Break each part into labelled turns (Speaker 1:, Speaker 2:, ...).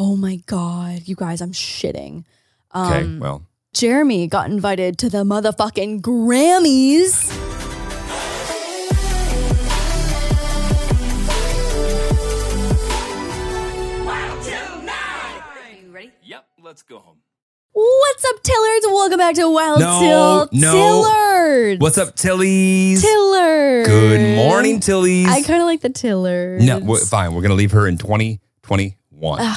Speaker 1: Oh my god, you guys, I'm shitting. Um,
Speaker 2: Okay, well,
Speaker 1: Jeremy got invited to the motherfucking Grammys.
Speaker 3: Yep, let's go home.
Speaker 1: What's up, Tillards? Welcome back to Wild
Speaker 2: No,
Speaker 1: Till
Speaker 2: no.
Speaker 1: Tillards.
Speaker 2: what's up, Tillies?
Speaker 1: Tillards?
Speaker 2: Good morning, Tillies.
Speaker 1: I kind of like the Tillards.
Speaker 2: no, we're, fine. We're gonna leave her in 2021.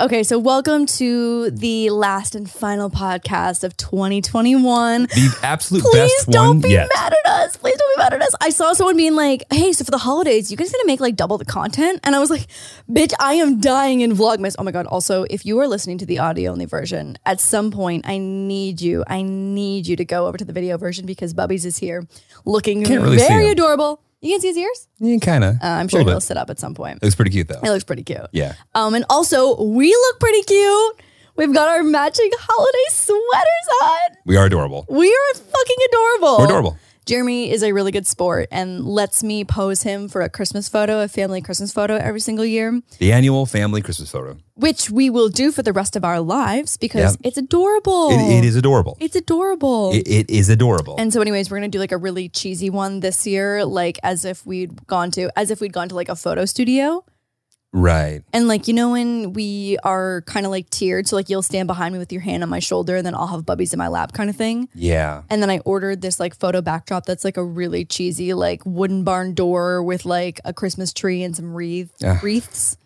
Speaker 1: Okay, so welcome to the last and final podcast of 2021.
Speaker 2: the absolute
Speaker 1: Please
Speaker 2: best one
Speaker 1: don't be
Speaker 2: yet.
Speaker 1: mad at us. Please don't be mad at us. I saw someone being like, hey, so for the holidays, you guys gonna make like double the content? And I was like, bitch, I am dying in Vlogmas. Oh my God. Also, if you are listening to the audio only version, at some point, I need you. I need you to go over to the video version because Bubby's is here looking
Speaker 2: Can't really see
Speaker 1: very
Speaker 2: him.
Speaker 1: adorable. You can see his ears?
Speaker 2: Yeah, kind of.
Speaker 1: Uh, I'm sure he'll sit up at some point.
Speaker 2: Looks pretty cute though.
Speaker 1: It looks pretty cute.
Speaker 2: Uh, Yeah.
Speaker 1: Um, and also, we look pretty cute. We've got our matching holiday sweaters on.
Speaker 2: We are adorable.
Speaker 1: We are fucking adorable.
Speaker 2: We're adorable.
Speaker 1: Jeremy is a really good sport and lets me pose him for a Christmas photo, a family Christmas photo every single year,
Speaker 2: The annual family Christmas photo.
Speaker 1: which we will do for the rest of our lives because it's adorable.
Speaker 2: It, it is adorable.
Speaker 1: It's adorable.
Speaker 2: It, it is adorable.
Speaker 1: and so, anyways, we're gonna do like a really cheesy one this year, like as if we'd gone to, as if we'd gone to like a photo studio.
Speaker 2: right.
Speaker 1: And like you know when we are kind of like tiered, so like you'll stand behind me with your hand on my shoulder, and then I'll have bubbies in my lap, kind of thing.
Speaker 2: Yeah.
Speaker 1: And then I ordered this like photo backdrop that's like a really cheesy like wooden barn door with like a Christmas tree and some wreath
Speaker 2: Ugh.
Speaker 1: wreaths.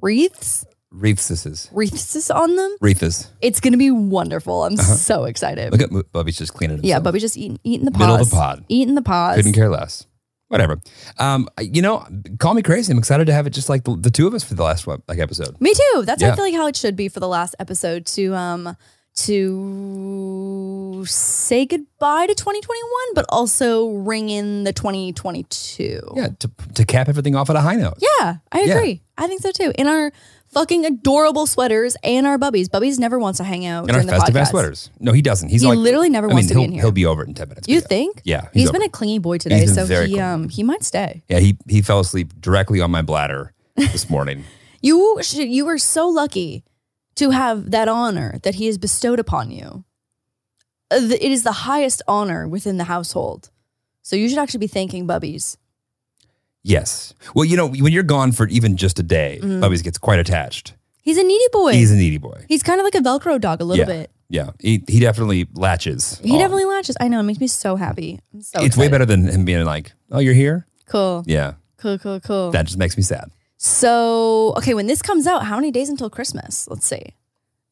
Speaker 1: Wreaths?
Speaker 2: Wreaths. This is.
Speaker 1: Wreaths on them.
Speaker 2: Wreaths.
Speaker 1: It's gonna be wonderful. I'm so excited.
Speaker 2: Uh-huh. Look at Bubby's just cleaning it.
Speaker 1: Yeah, Bubby just eating eating the paws.
Speaker 2: Middle of the pod.
Speaker 1: Eating the paws.
Speaker 2: Couldn't care less. Whatever. Um, you know, call me crazy. I'm excited to have it just like the, the two of us for the last one, like episode.
Speaker 1: Me too. That's how I
Speaker 2: Yeah.
Speaker 1: feel like how it should be for the last episode to um to say goodbye to 2021, but also ring in the 2022.
Speaker 2: Yeah. To, to cap everything off at a high note.
Speaker 1: Yeah, I
Speaker 2: Yeah.
Speaker 1: agree. I think so too. In our fucking adorable sweaters and our bubbies. Bubbies never wants to hang out
Speaker 2: In our
Speaker 1: during the
Speaker 2: festive
Speaker 1: podcast.
Speaker 2: ass sweaters. No, he doesn't. He's
Speaker 1: He
Speaker 2: like
Speaker 1: literally never wants to be
Speaker 2: he'll-
Speaker 1: in here.
Speaker 2: He'll be over it in ten minutes.
Speaker 1: You
Speaker 2: but yeah.
Speaker 1: think?
Speaker 2: Yeah,
Speaker 1: he's
Speaker 2: he's
Speaker 1: been
Speaker 2: over.
Speaker 1: a clingy boy today,
Speaker 2: been
Speaker 1: so
Speaker 2: very
Speaker 1: he
Speaker 2: clingy.
Speaker 1: um he might stay.
Speaker 2: Yeah, he he fell asleep directly on my bladder this morning.
Speaker 1: You should, you were so lucky to have that honor that he has bestowed upon you. Uh, th- It is the highest honor within the household. So you should actually be thanking Bubbies.
Speaker 2: yes. Well, you know, when you're gone for even just a day,
Speaker 1: Mhm.
Speaker 2: Bubby's gets quite attached.
Speaker 1: He's a needy boy.
Speaker 2: He's
Speaker 1: He's,
Speaker 2: a needy boy.
Speaker 1: kind of like a Velcro dog a little
Speaker 2: Yeah.
Speaker 1: bit.
Speaker 2: Yeah, he, he definitely latches.
Speaker 1: He
Speaker 2: on.
Speaker 1: definitely latches. I know. It makes me so happy. I'm so
Speaker 2: it's way
Speaker 1: excited.
Speaker 2: better than him being like, "Oh, you're here."
Speaker 1: Cool.
Speaker 2: Yeah,
Speaker 1: Cool, cool, cool.
Speaker 2: that just makes me sad.
Speaker 1: so, okay, when this comes out, how many days until Christmas? Let's see.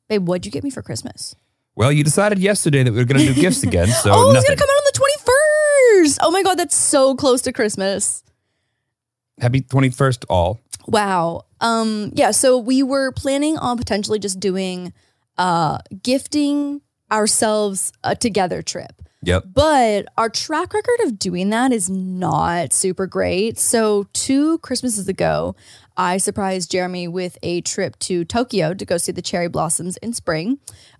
Speaker 1: Babe, what'd you get me for Christmas?
Speaker 2: Well, you decided yesterday that we were going to do gifts again, so
Speaker 1: oh, it's
Speaker 2: nothing.
Speaker 1: going to come out on the 21st. Oh my God, that's so close to Christmas.
Speaker 2: Happy twenty first, all.
Speaker 1: Wow. Um, yeah, so we were planning on potentially just doing uh gifting ourselves a together trip.
Speaker 2: Yep.
Speaker 1: But our track record of doing that is not super great. So, two Christmases ago, I surprised Jeremy with a trip to Tokyo to go see the cherry blossoms in spring,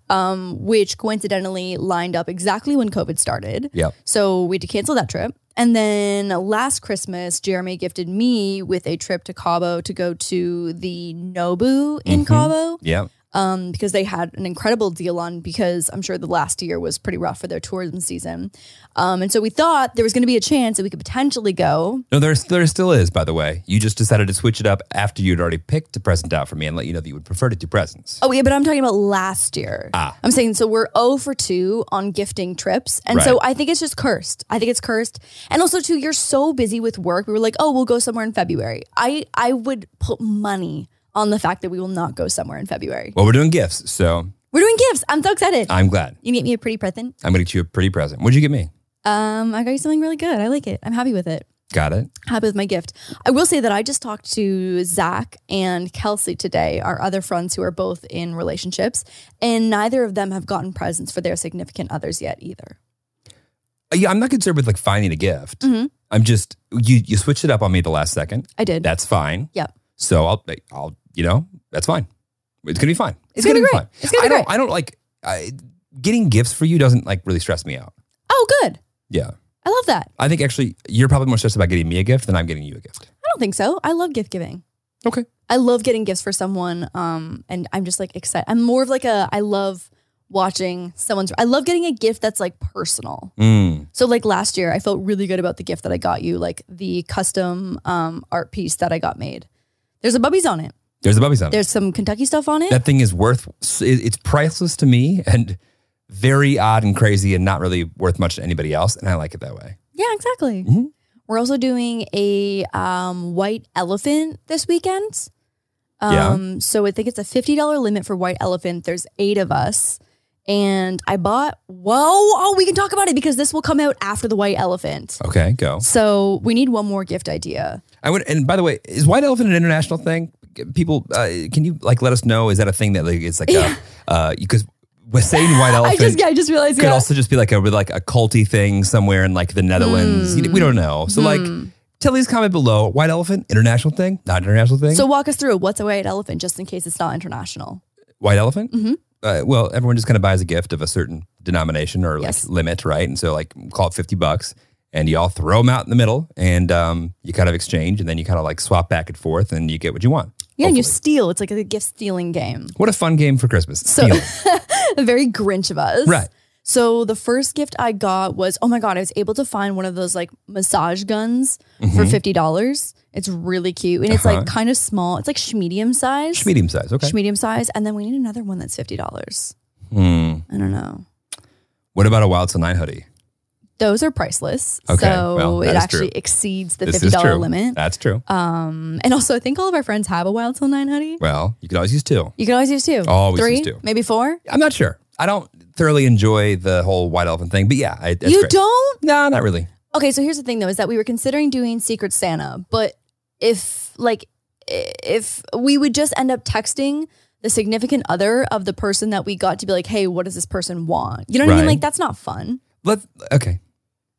Speaker 1: um, which coincidentally lined up exactly when COVID started.
Speaker 2: Yep.
Speaker 1: So, we had to cancel that trip. And then last Christmas, Jeremy gifted me with a trip to Cabo to go to the Nobu in
Speaker 2: Mhm.
Speaker 1: Cabo.
Speaker 2: Yep.
Speaker 1: um, because they had an incredible deal on because I'm sure the last year was pretty rough for their tourism season. Um, and so we thought there was going to be a chance that we could potentially go.
Speaker 2: No, there's there still is, by the way. You just decided to switch it up after you'd already picked a present out for me and let you know that you would prefer to do presents.
Speaker 1: Oh, yeah, but I'm talking about last year. I'm saying so we're 0 for 2 on gifting trips. And so
Speaker 2: Right.
Speaker 1: I think it's just cursed. I think it's cursed. And also too, you're so busy with work. We were like, oh, we'll go somewhere in February. I I would put money on the fact that we will not go somewhere in February.
Speaker 2: Well, we're doing gifts, so
Speaker 1: We're doing gifts. I'm so excited.
Speaker 2: I'm glad.
Speaker 1: you get me a pretty present.
Speaker 2: I'm gonna get you a pretty present. What'd you get me?
Speaker 1: Um, I got you something really good. I like it. I'm happy with it.
Speaker 2: Got it.
Speaker 1: Happy with my gift. I will say that I just talked to Zach and Kelsey today, our other friends who are both in relationships, and neither of them have gotten presents for their significant others yet either.
Speaker 2: Uh, Yeah, I'm not concerned with like finding a gift.
Speaker 1: Mhm.
Speaker 2: I'm just you you switched it up on me at the last second.
Speaker 1: I did.
Speaker 2: That's fine.
Speaker 1: Yep.
Speaker 2: So I'll I'll you know that's fine. It's gonna be fine.
Speaker 1: It's gonna be great.
Speaker 2: fine.
Speaker 1: It's gonna
Speaker 2: I
Speaker 1: be
Speaker 2: don't I don't like I, getting gifts for you doesn't like really stress me out.
Speaker 1: oh, good.
Speaker 2: Yeah.
Speaker 1: I love that.
Speaker 2: I think actually you're probably more stressed about getting me a gift than I'm getting you a gift.
Speaker 1: I don't think so. I love gift giving.
Speaker 2: Okay.
Speaker 1: I love getting gifts for someone. Um, and I'm just like excited. I'm more of like a, I love watching someone's, I love getting a gift that's like personal.
Speaker 2: Mm.
Speaker 1: So like last year, I felt really good about the gift that I got you, like the custom um, art piece that I got made. There's a bubbies on it.
Speaker 2: There's the bubby sound.
Speaker 1: There's some Kentucky stuff on it.
Speaker 2: that thing is worth it- it's priceless to me and very odd and crazy and not really worth much to anybody else and i like it that way
Speaker 1: yeah, exactly.
Speaker 2: Mhm.
Speaker 1: We're also doing a um, white elephant this weekend.
Speaker 2: Yeah.
Speaker 1: Um, So I think it's a fifty dollar limit for white elephant. There's eight of us, and I bought. Whoa! Oh, we can talk about it because this will come out after the white elephant.
Speaker 2: okay go
Speaker 1: So we need one more gift idea.
Speaker 2: i would and by the way is white elephant an international thing people uh, can you like let us know is that a thing that like it's like
Speaker 1: Yeah.
Speaker 2: a uh because we're saying white elephant
Speaker 1: I just I just realized.
Speaker 2: could
Speaker 1: yeah.
Speaker 2: also just be like a like a culty thing somewhere in like the netherlands You know, we don't know so
Speaker 1: Mm.
Speaker 2: like tell these comment below white elephant international thing not international thing
Speaker 1: So walk us through what's a white elephant, just in case it's not international.
Speaker 2: White Elephant? Mm-hmm. Uh, well, everyone just kind of buys a gift of a certain denomination or like
Speaker 1: Yes.
Speaker 2: limit, right? And so, like, call it 50 bucks and you all throw them out in the middle and um, you kind of exchange and then you kind of like swap back and forth and you get what you want.
Speaker 1: Yeah, and you
Speaker 2: hopefully.
Speaker 1: steal. It's like a gift stealing game.
Speaker 2: What a fun game for Christmas. Stealing.
Speaker 1: A very Grinch of us.
Speaker 2: Right.
Speaker 1: So the first gift I got was oh my god, I was able to find one of those like massage guns
Speaker 2: Mm-hmm.
Speaker 1: for fifty dollars. It's really cute. And it's like kind of small. It's like sh- medium size.
Speaker 2: Medium size. Uh-huh. Okay.
Speaker 1: Sh- medium size. And then we need another one that's fifty dollars.
Speaker 2: Hmm.
Speaker 1: I don't know.
Speaker 2: What about a Wild Till Nine hoodie?
Speaker 1: Those are priceless.
Speaker 2: Okay,
Speaker 1: So
Speaker 2: well, that
Speaker 1: it
Speaker 2: is
Speaker 1: actually
Speaker 2: true.
Speaker 1: exceeds the
Speaker 2: This
Speaker 1: fifty
Speaker 2: is
Speaker 1: dollar
Speaker 2: true.
Speaker 1: limit.
Speaker 2: That's true.
Speaker 1: Um and also I think all of our friends have a wild till nine hoodie.
Speaker 2: well, you could always use two.
Speaker 1: You can always use two.
Speaker 2: Always
Speaker 1: Three,
Speaker 2: use two.
Speaker 1: Maybe four.
Speaker 2: I'm not sure. I don't thoroughly enjoy the whole White Elephant thing, but yeah, I, that's
Speaker 1: you
Speaker 2: great.
Speaker 1: don't?
Speaker 2: No, not really.
Speaker 1: Okay, so here's the thing though is that we were considering doing Secret Santa, but if like i- if we would just end up texting the significant other of the person that we got to be like, "Hey, what does this person want?" You know what I mean?
Speaker 2: Right.
Speaker 1: Like that's not fun.
Speaker 2: Let okay.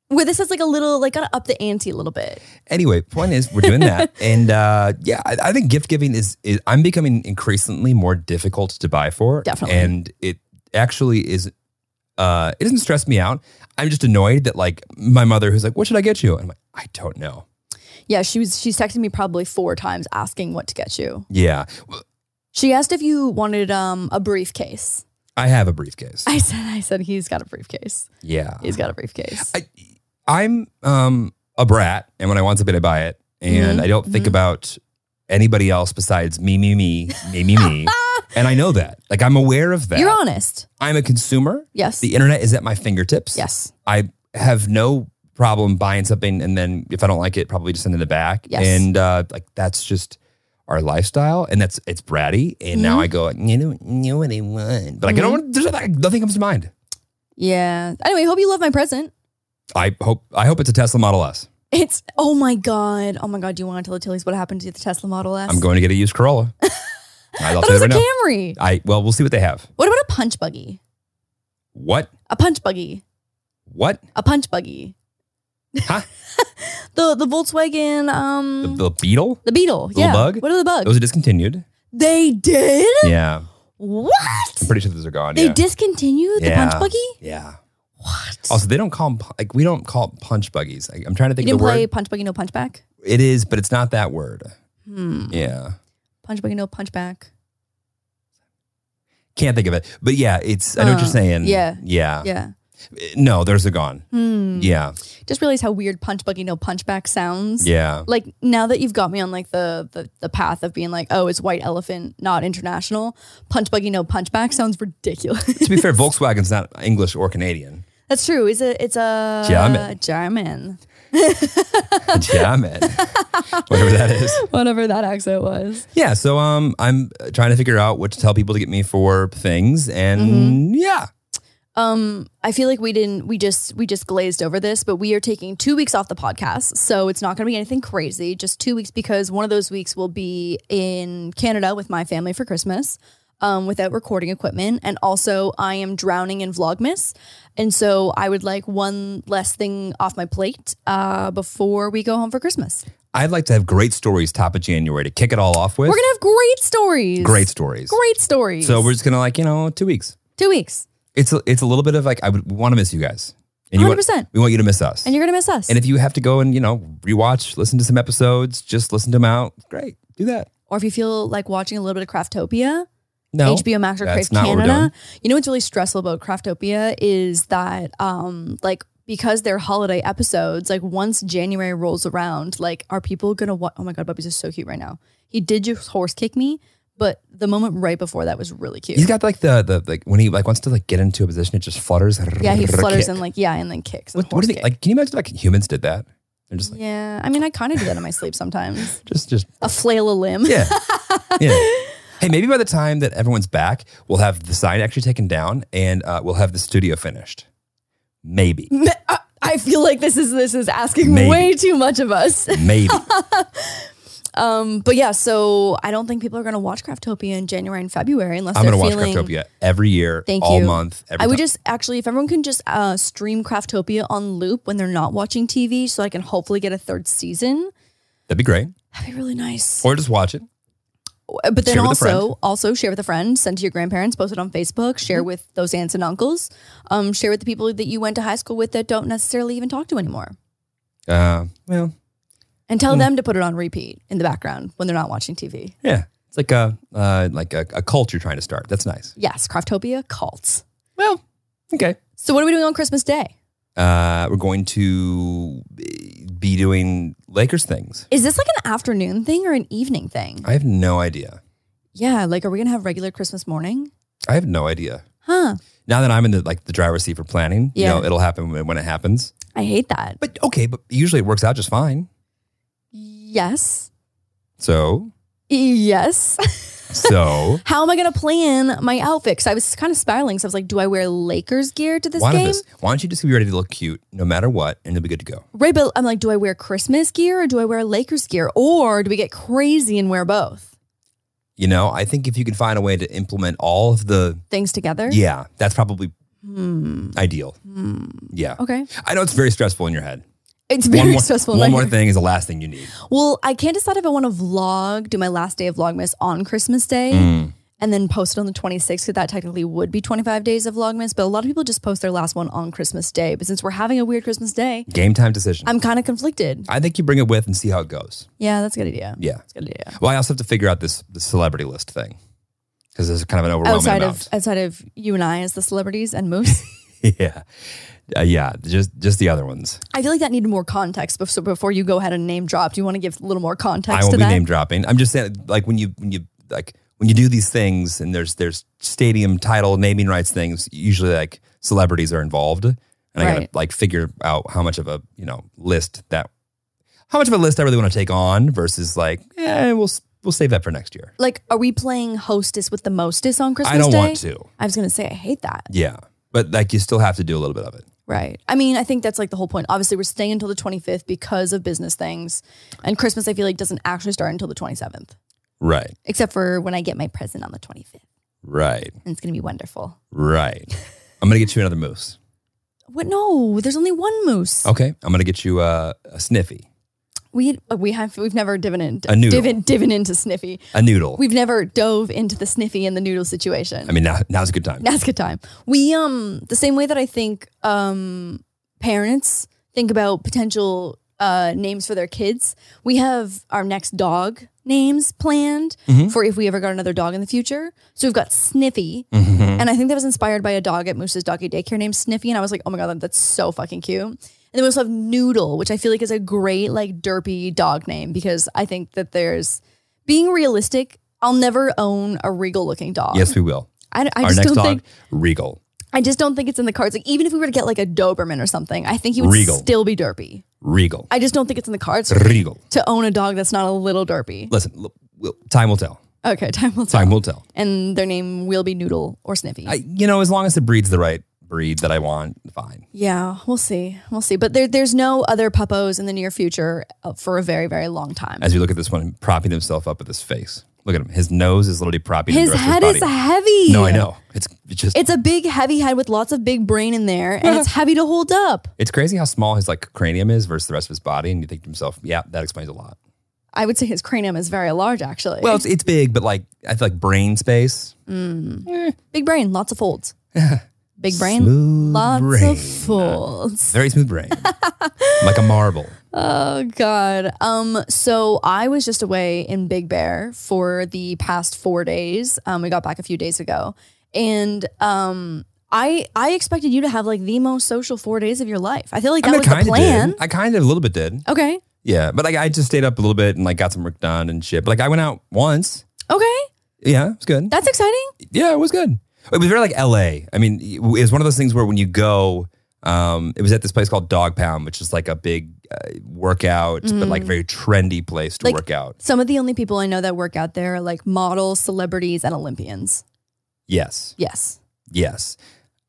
Speaker 1: Where this is like a little like gotta up the ante a little bit.
Speaker 2: Anyway, point is we're doing that, and uh, yeah, I, I think gift giving is, is I'm becoming increasingly more difficult to buy for,
Speaker 1: Definitely.
Speaker 2: and it actually is. Uh, it doesn't stress me out. I'm just annoyed that like my mother, who's like, "What should I get you?" And I'm like, "I don't know."
Speaker 1: Yeah, she was she's texted me probably four times asking what to get you.
Speaker 2: Yeah, Well,
Speaker 1: She asked if you wanted um a briefcase.
Speaker 2: I have a briefcase.
Speaker 1: I said I said he's got a briefcase.
Speaker 2: yeah,
Speaker 1: He's got a briefcase.
Speaker 2: I, I'm um, a brat, and when I want something, I buy it, and
Speaker 1: Mm-hmm.
Speaker 2: I don't think about anybody else besides me, me, me, me, me, me. And I know that. Like I'm aware of that.
Speaker 1: You're honest.
Speaker 2: I'm a consumer.
Speaker 1: Yes.
Speaker 2: The internet is at my fingertips.
Speaker 1: yes.
Speaker 2: I have no problem buying something and then if I don't like it, probably just send it back.
Speaker 1: Yes.
Speaker 2: And uh, like that's just our lifestyle and that's it's bratty. And now
Speaker 1: Mm-hmm.
Speaker 2: I go, you don't know what I want. But like, I don't want there's nothing, nothing comes to mind.
Speaker 1: Yeah. Anyway, hope you love my present.
Speaker 2: I hope I hope it's a Tesla Model S.
Speaker 1: It's oh my god, oh my god! Do you want to tell the Tillies what happened to the Tesla Model S?
Speaker 2: I'm going to get a used Corolla. I'll
Speaker 1: But it
Speaker 2: tell you
Speaker 1: was a
Speaker 2: right now.
Speaker 1: Camry.
Speaker 2: I well we'll see what they have.
Speaker 1: What about a punch buggy?
Speaker 2: What?
Speaker 1: A punch buggy.
Speaker 2: What?
Speaker 1: A punch buggy.
Speaker 2: Huh?
Speaker 1: The the Volkswagen um
Speaker 2: the,
Speaker 1: the,
Speaker 2: the Beetle?
Speaker 1: Beetle.
Speaker 2: Little
Speaker 1: yeah.
Speaker 2: bug?
Speaker 1: What are the bugs?
Speaker 2: Those are discontinued.
Speaker 1: they did
Speaker 2: Yeah.
Speaker 1: what?
Speaker 2: I'm pretty sure those are gone.
Speaker 1: They
Speaker 2: yeah.
Speaker 1: discontinued the
Speaker 2: Yeah.
Speaker 1: punch buggy.
Speaker 2: Yeah.
Speaker 1: What?
Speaker 2: Also, they don't call 'em pu- like we don't call it punch buggies. I, I'm trying to
Speaker 1: you
Speaker 2: think
Speaker 1: didn't
Speaker 2: of the
Speaker 1: play
Speaker 2: word.
Speaker 1: punch buggy no punchback.
Speaker 2: It is, but it's not that word.
Speaker 1: Hmm.
Speaker 2: Yeah.
Speaker 1: Punch buggy no punchback.
Speaker 2: Can't think of it. But yeah, it's, I know what you're
Speaker 1: Uh,
Speaker 2: saying.
Speaker 1: yeah.
Speaker 2: Yeah.
Speaker 1: Yeah.
Speaker 2: No, there's a gone.
Speaker 1: Hmm.
Speaker 2: Yeah.
Speaker 1: Just realize how weird punch buggy no punchback sounds.
Speaker 2: Yeah.
Speaker 1: Like now that you've got me on like the, the the path of being like, oh, it's white elephant, not international. Punch buggy no punchback sounds ridiculous.
Speaker 2: to be fair, Volkswagen's not English or Canadian.
Speaker 1: That's true. It's a it's a
Speaker 2: German.
Speaker 1: German.
Speaker 2: Damn it. Whatever that is.
Speaker 1: Whatever that accent was.
Speaker 2: Yeah. So um, I'm trying to figure out what to tell people to get me for things. And
Speaker 1: Mm-hmm.
Speaker 2: yeah.
Speaker 1: Um, I feel like we didn't we just we just glazed over this, but we are taking two weeks off the podcast. So it's not gonna be anything crazy. Just two weeks because one of those weeks will be in Canada with my family for Christmas. Um, without recording equipment. And also I am drowning in Vlogmas. And so I would like one less thing off my plate uh, before we go home for Christmas.
Speaker 2: I'd like to have great stories top of January to kick it all off with.
Speaker 1: We're gonna have great stories.
Speaker 2: great stories.
Speaker 1: Great stories.
Speaker 2: So we're just gonna like you know two weeks.
Speaker 1: two weeks.
Speaker 2: It's a, it's a little bit of like I would want to miss you guys. And you want-
Speaker 1: 100%.
Speaker 2: we want you to miss us.
Speaker 1: And you're gonna miss us.
Speaker 2: And if you have to go and you know rewatch, listen to some episodes, just listen to them out. Great, do that.
Speaker 1: or if you feel like watching a little bit of Craftopia,
Speaker 2: No,
Speaker 1: HBO Max or
Speaker 2: that's
Speaker 1: Crave
Speaker 2: not what we're
Speaker 1: Canada.
Speaker 2: doing.
Speaker 1: You know what's really stressful about Craftopia is that um like because they're holiday episodes, like once January rolls around, like are people gonna wa- oh my god, Bubby's just so cute right now. He did just horse kick me, but the moment right before that was really cute.
Speaker 2: He's got like the the like when he like wants to like get into a position, it just flutters.
Speaker 1: yeah, he flutters
Speaker 2: Kick.
Speaker 1: and like yeah, and then kicks. And
Speaker 2: what, what
Speaker 1: horse
Speaker 2: do they
Speaker 1: kick.
Speaker 2: like? Can you imagine like humans did that? They're just like
Speaker 1: Yeah, I mean, I kind of do that in my sleep sometimes.
Speaker 2: just just
Speaker 1: A flail a limb.
Speaker 2: Yeah. yeah. Hey, maybe by the time that everyone's back, we'll have the sign actually taken down and uh, we'll have the studio finished. Maybe.
Speaker 1: I- I feel like this is this is asking
Speaker 2: Maybe.
Speaker 1: way too much of us.
Speaker 2: Maybe.
Speaker 1: Um, but yeah, so I don't think people are going to watch Craftopia in January and February unless
Speaker 2: I'm
Speaker 1: they're
Speaker 2: going to watch
Speaker 1: feeling.
Speaker 2: Craftopia every year,
Speaker 1: Thank
Speaker 2: all
Speaker 1: you.
Speaker 2: month, every
Speaker 1: I would
Speaker 2: time.
Speaker 1: just actually, if everyone can just uh, stream Craftopia on loop when they're not watching TV, so I can hopefully get a third season.
Speaker 2: That'd be great.
Speaker 1: That'd be really nice. Uh,
Speaker 2: Or just watch it.
Speaker 1: but then
Speaker 2: share with a
Speaker 1: also,
Speaker 2: friend. Mm-hmm.
Speaker 1: also share with a friend, send to your grandparents, post it on Facebook, share with those aunts and uncles, um, share with the people that you went to high school with that don't necessarily even talk to anymore,
Speaker 2: Uh, well,
Speaker 1: and
Speaker 2: Mm.
Speaker 1: tell them to put it on repeat in the background when they're not watching TV.
Speaker 2: yeah. It's like a uh, like a, a cult you're trying to start. That's nice.
Speaker 1: Yes, Craftopia cults.
Speaker 2: Well, okay.
Speaker 1: So what are we doing on Christmas Day?
Speaker 2: Uh, we're going to be doing Lakers things.
Speaker 1: Is this like an afternoon thing or an evening thing?
Speaker 2: I have no idea.
Speaker 1: yeah, like are we gonna have regular Christmas morning?
Speaker 2: I have no idea.
Speaker 1: Huh.
Speaker 2: Now that I'm in the like the driver's seat for planning,
Speaker 1: Yeah.
Speaker 2: you know, it'll happen when when it happens.
Speaker 1: I hate that.
Speaker 2: But okay, but usually it works out just fine.
Speaker 1: Yes.
Speaker 2: So,
Speaker 1: Yes.
Speaker 2: so
Speaker 1: How am I gonna plan my outfit? Because I was kind of spiraling. So I was like, do I wear Lakers gear to this
Speaker 2: why
Speaker 1: game?
Speaker 2: don't this? Why don't you just be ready to look cute no matter what, and you'll be good to go.
Speaker 1: Right, but I'm like, do I wear Christmas gear or do I wear Lakers gear? Or do we get crazy and wear both
Speaker 2: You know, I think if you can find a way to implement all of the,
Speaker 1: things together?
Speaker 2: yeah, that's probably
Speaker 1: Hmm.
Speaker 2: ideal.
Speaker 1: Hmm.
Speaker 2: Yeah,
Speaker 1: Okay.
Speaker 2: I know it's very stressful in your head.
Speaker 1: It's very
Speaker 2: one more,
Speaker 1: stressful.
Speaker 2: One
Speaker 1: right?
Speaker 2: more thing is the last thing you need.
Speaker 1: Well, I can't decide if I want to vlog, do my last day of Vlogmas on Christmas Day.
Speaker 2: Mm.
Speaker 1: and then post it on the 26th because that technically would be 25 days of vlogmas but a lot of people just post their last one on christmas day but since we're having a weird christmas day
Speaker 2: Game time decision. i
Speaker 1: i'm kind of conflicted
Speaker 2: think you bring it with and see how it goes.
Speaker 1: yeah that's a good idea
Speaker 2: Yeah.
Speaker 1: that's a good idea
Speaker 2: Well, I also have to figure out this the celebrity list thing because there's kind of an overwhelming
Speaker 1: outside
Speaker 2: amount.
Speaker 1: of outside of you and i as the celebrities and moose
Speaker 2: yeah, Uh, yeah, just just the other ones.
Speaker 1: i feel like that needed more context before, so before you go ahead and name drop do you want to give a little more
Speaker 2: I
Speaker 1: context
Speaker 2: won't
Speaker 1: to
Speaker 2: be
Speaker 1: that
Speaker 2: name dropping. I'm just saying, like when you when you like when you do these things and there's there's stadium title naming rights things. Usually, like celebrities are involved, and I gotta
Speaker 1: Right.
Speaker 2: like figure out how much of a you know list that how much of a list I really want to take on versus like eh, we'll s- we'll save that for next year.
Speaker 1: like are we playing hostess with the mostess on christmas
Speaker 2: I don't
Speaker 1: day
Speaker 2: want to.
Speaker 1: i was gonna say i hate that
Speaker 2: Yeah, but like you still have to do a little bit of it.
Speaker 1: Right. I mean, I think that's like the whole point. Obviously, we're staying until the 25th because of business things. And Christmas, I feel like, doesn't actually start until the 27th,
Speaker 2: Right,
Speaker 1: except for when I get my present on the 25th.
Speaker 2: right,
Speaker 1: And it's going to be wonderful.
Speaker 2: right. I'm gonna get you another moose.
Speaker 1: What? No, there's only one moose.
Speaker 2: Okay, I'm gonna get you uh, a sniffy,
Speaker 1: We we have we've never divin into
Speaker 2: A noodle.
Speaker 1: divin, divin into sniffy.
Speaker 2: a noodle.
Speaker 1: We've never dove into the sniffy and the noodle situation.
Speaker 2: I mean, now now's a good time.
Speaker 1: That's good time. We um the same way that I think um parents think about potential uh, names for their kids. We have our next dog names planned
Speaker 2: Mm-hmm.
Speaker 1: for if we ever got another dog in the future. So we've got Sniffy,
Speaker 2: Mm-hmm.
Speaker 1: and I think that was inspired by a dog at Moose's doggy daycare named Sniffy. And I was like, oh my god, that's so fucking cute. And then we also have Noodle, which I feel like is a great like derpy dog name because I think that there's being realistic. I'll never own a regal looking dog.
Speaker 2: Yes, we will.
Speaker 1: I, I
Speaker 2: Our
Speaker 1: just
Speaker 2: next
Speaker 1: don't
Speaker 2: dog,
Speaker 1: think
Speaker 2: Regal.
Speaker 1: I just don't think it's in the cards. Like even if we were to get like a Doberman or something, I think he would
Speaker 2: Regal.
Speaker 1: still be derpy.
Speaker 2: Regal.
Speaker 1: I just don't think it's in the cards
Speaker 2: Regal.
Speaker 1: to own a dog that's not a little derpy.
Speaker 2: Listen, l- we'll- time will tell.
Speaker 1: Okay, time will tell.
Speaker 2: Time will tell.
Speaker 1: and their name will be Noodle or Sniffy.
Speaker 2: I, you know, as long as it breeds the right breed that I want, fine.
Speaker 1: yeah, we'll see. We'll see. But there, there's no other puppos in the near future uh, for a very, very long time.
Speaker 2: As you look at this one, propping himself up with his face. Look at him. His nose is literally propping
Speaker 1: His
Speaker 2: the rest
Speaker 1: head
Speaker 2: of his
Speaker 1: is
Speaker 2: body.
Speaker 1: heavy.
Speaker 2: No, I know. It's, it's just
Speaker 1: It's a big, heavy head with lots of big brain in there, and it's heavy to hold up.
Speaker 2: It's crazy how small his like cranium is versus the rest of his body, and you think to himself, "Yeah, that explains a lot."
Speaker 1: I would say his cranium is very large, actually.
Speaker 2: Well, it's, it's big, but like I feel like brain space,
Speaker 1: big brain, lots of folds. big brain,
Speaker 2: Smooth
Speaker 1: lots
Speaker 2: brain.
Speaker 1: of folds.
Speaker 2: very smooth brain, like a marble.
Speaker 1: Oh God. Um. So I was just away in Big Bear for the past four days. Um. We got back a few days ago, and um. I I expected you to have like the most social four days of your life. I feel like that was
Speaker 2: I
Speaker 1: the
Speaker 2: kind of
Speaker 1: plan.
Speaker 2: did. I kind of a little bit did.
Speaker 1: Okay.
Speaker 2: Yeah, but like I just stayed up a little bit and like got some work done and shit. But like I went out once.
Speaker 1: Okay.
Speaker 2: Yeah, it was good.
Speaker 1: That's exciting.
Speaker 2: yeah, it was good. It was very like L.A. I mean, it was one of those things where when you go. Um, it was at this place called Dog Pound, which is like a big uh, workout, but like very trendy place to
Speaker 1: Mm. Like-
Speaker 2: work out.
Speaker 1: Some of the only people I know that work out there are like models, celebrities, and Olympians.
Speaker 2: Yes.
Speaker 1: Yes.
Speaker 2: Yes.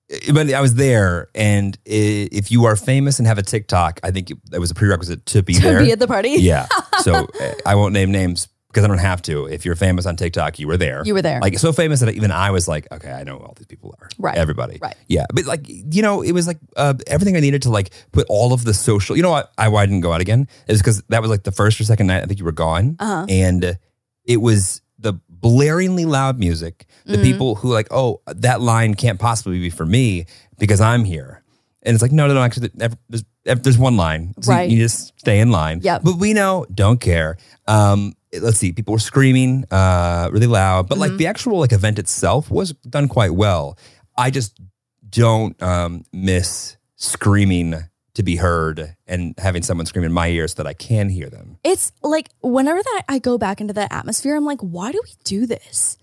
Speaker 2: I- But I was there, and i- if you are famous and have a TikTok, I think it- that was a prerequisite to be
Speaker 1: To
Speaker 2: there.
Speaker 1: be at the party.
Speaker 2: yeah. So uh, I won't name names because I don't have to. If you're famous on TikTok, you were there.
Speaker 1: You were there.
Speaker 2: Like so famous that even I was like, okay, I know who all these people are.
Speaker 1: Right.
Speaker 2: Everybody.
Speaker 1: Right.
Speaker 2: Yeah. But like, you know, it was like uh, everything I needed to like put all of the social. You know what? I why I didn't go out again is because that was like the first or second night I think you were gone,
Speaker 1: Uh-huh.
Speaker 2: and it was the blaringly loud music. The
Speaker 1: Mhm.
Speaker 2: people who like, oh, that line can't possibly be for me because I'm here. And it's like, no, no, no. Actually, ev- there's, ev- there's one line. So you-
Speaker 1: Right.
Speaker 2: You just stay in line.
Speaker 1: Yep.
Speaker 2: But we know, don't care. Um, let's see. People were screaming uh, really loud, but
Speaker 1: Mm-hmm.
Speaker 2: like the actual like event itself was done quite well. I just don't um, miss screaming to be heard and having someone scream in my ear so that I can hear them.
Speaker 1: It's like whenever that I go back into that atmosphere, I'm like, why do we do this?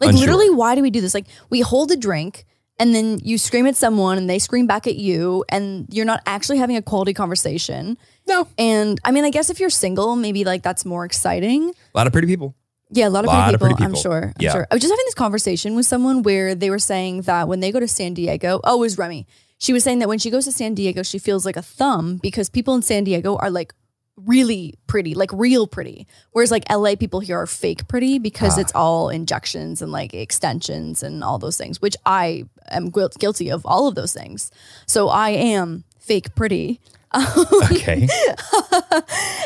Speaker 1: Like
Speaker 2: Unsure.
Speaker 1: literally, why do we do this? Like we hold a drink and then you scream at someone and they scream back at you and you're not actually having a quality conversation.
Speaker 2: No,
Speaker 1: And I mean, I guess if you're single, maybe like that's more exciting.
Speaker 2: a lot of pretty people.
Speaker 1: Yeah, a lot of,
Speaker 2: Lot
Speaker 1: pretty,
Speaker 2: of
Speaker 1: people,
Speaker 2: pretty
Speaker 1: I'm
Speaker 2: people.
Speaker 1: sure. I'm
Speaker 2: Yeah.
Speaker 1: sure. I was just having this conversation with someone where they were saying that when they go to San Diego, oh, it was Remy. She was saying that when she goes to San Diego, she feels like a thumb because people in San Diego are like really pretty, like real pretty. Whereas like LA people here are fake pretty because
Speaker 2: Ah.
Speaker 1: it's all injections and like extensions and all those things, which I am guil- guilty of all of those things. So I am fake pretty. Um,
Speaker 2: Okay.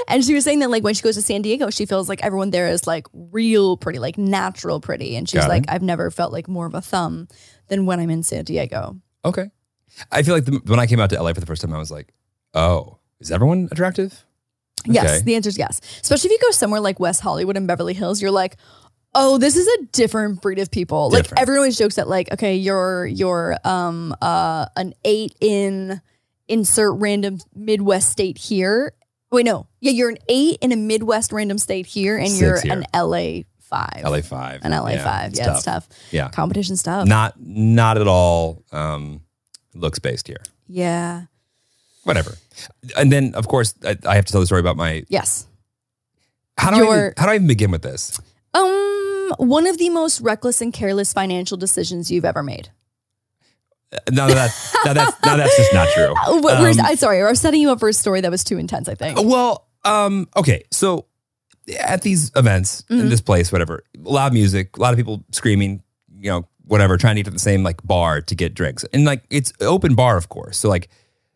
Speaker 1: and she was saying that like when she goes to San Diego, she feels like everyone there is like real pretty, like natural pretty. And she's
Speaker 2: Got it.
Speaker 1: like, I've never felt like more of a thumb than when I'm in San Diego.
Speaker 2: okay. I feel like the, when I came out to LA for the first time, I was like, oh, is everyone attractive?
Speaker 1: Yes,
Speaker 2: Okay.
Speaker 1: the answer is yes. Especially if you go somewhere like West Hollywood and Beverly Hills, you're like, oh, this is a different breed of people.
Speaker 2: Different.
Speaker 1: Like everyone always jokes that like, okay, you're you're um uh an eight in insert random Midwest state here. Wait, no, yeah, you're an eight in a Midwest random state here, and
Speaker 2: Six
Speaker 1: you're
Speaker 2: here.
Speaker 1: an LA five.
Speaker 2: LA five.
Speaker 1: an LA
Speaker 2: Yeah,
Speaker 1: five.
Speaker 2: it's
Speaker 1: yeah, it's tough.
Speaker 2: Yeah.
Speaker 1: Competition stuff.
Speaker 2: Not not at all um, looks based here.
Speaker 1: yeah.
Speaker 2: Whatever. And then of course I, I have to tell the story about my
Speaker 1: Yes.
Speaker 2: how do I
Speaker 1: Your-
Speaker 2: even, how do I even begin with this?
Speaker 1: Um, one of the most reckless and careless financial decisions you've ever made.
Speaker 2: No, that's no, that's no, that's just not true.
Speaker 1: Uh, what- we're-
Speaker 2: Um,
Speaker 1: I'm sorry, I'm setting you up for a story that was too intense. I think.
Speaker 2: Well, um, okay, so at these events
Speaker 1: Mm-hmm.
Speaker 2: in this place, whatever, loud music, a lot of people screaming, you know, whatever, trying to get to the same like bar to get drinks, and like it's open bar, of course, so like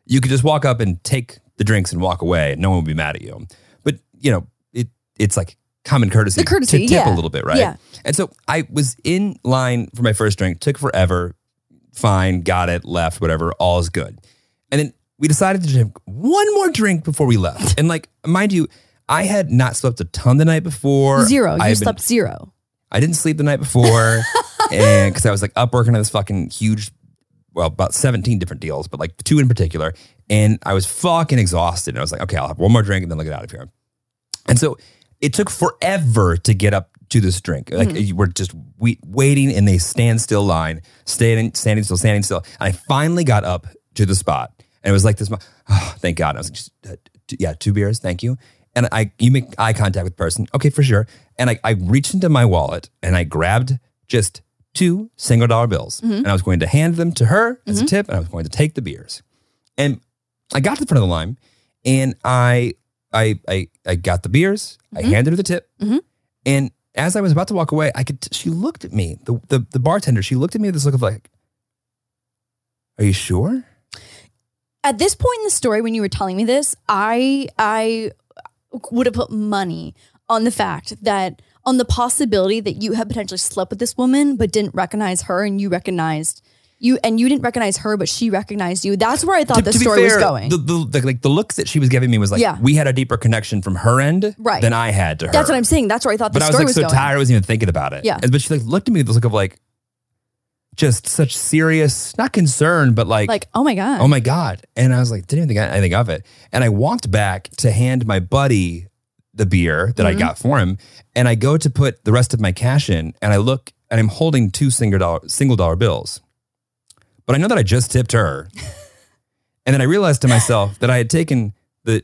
Speaker 2: you could just walk up and take the drinks and walk away, and no one would be mad at you. But you know, it it's like common courtesy,
Speaker 1: The courtesy,
Speaker 2: to tip
Speaker 1: yeah.
Speaker 2: a little bit, right?
Speaker 1: Yeah.
Speaker 2: And so I was in line for my first drink, took forever, fine, got it, left, whatever, all is good. And then we decided to drink one more drink before we left. And like, mind you, I had not slept a ton the night before.
Speaker 1: Zero. You
Speaker 2: I had been-
Speaker 1: slept zero.
Speaker 2: I didn't sleep the night before, and because I was like up working on this fucking huge, well, about seventeen different deals, but like two in particular, and I was fucking exhausted. And I was like, okay, I'll have one more drink and then I'll get out of here. And so it took forever to get up to this drink. Like you we're just we, waiting in a standstill line, standing, standing still, standing still. And I finally got up to the spot, and it was like this. mo- Oh, thank God! I was like, just, uh, t- yeah, two beers, thank you. And I, you make eye contact with the person, okay, for sure. And I, I reached into my wallet and I grabbed just two single dollar bills, and I was going to hand them to her as a tip, and I was going to take the beers. And I got to the front of the line and I I I, I got the beers. I handed her the tip.
Speaker 1: Mhm.
Speaker 2: And as I was about to walk away, I could t- she looked at me. The, the the bartender, she looked at me with this look of like, Are you sure?
Speaker 1: At this point in the story, when you were telling me this, I I would have put money on the fact that on the possibility that you had potentially slept with this woman but didn't recognize her and you recognized you and you didn't recognize her but she recognized you. That's where I thought
Speaker 2: To-
Speaker 1: the
Speaker 2: to be
Speaker 1: story
Speaker 2: fair,
Speaker 1: was going.
Speaker 2: The, the, the- like the look that she was giving me was like,
Speaker 1: Yeah.
Speaker 2: we had a deeper connection from her end
Speaker 1: Right.
Speaker 2: than I had to her.
Speaker 1: That's what I'm saying. That's where I thought the
Speaker 2: But I was
Speaker 1: story
Speaker 2: like so
Speaker 1: going.
Speaker 2: tired, I wasn't even thinking about it.
Speaker 1: Yeah.
Speaker 2: And- But she like looked at me with this look of like, just such serious, not concern, but like,
Speaker 1: Like, oh my god.
Speaker 2: oh my god and i was like didn't even think anything of it and i walked back to hand my buddy the beer that i got for him and i go to put the rest of my cash in and i look and i'm holding two single dollar single dollar bills but i know that i just tipped her and then i realized to myself that i had taken the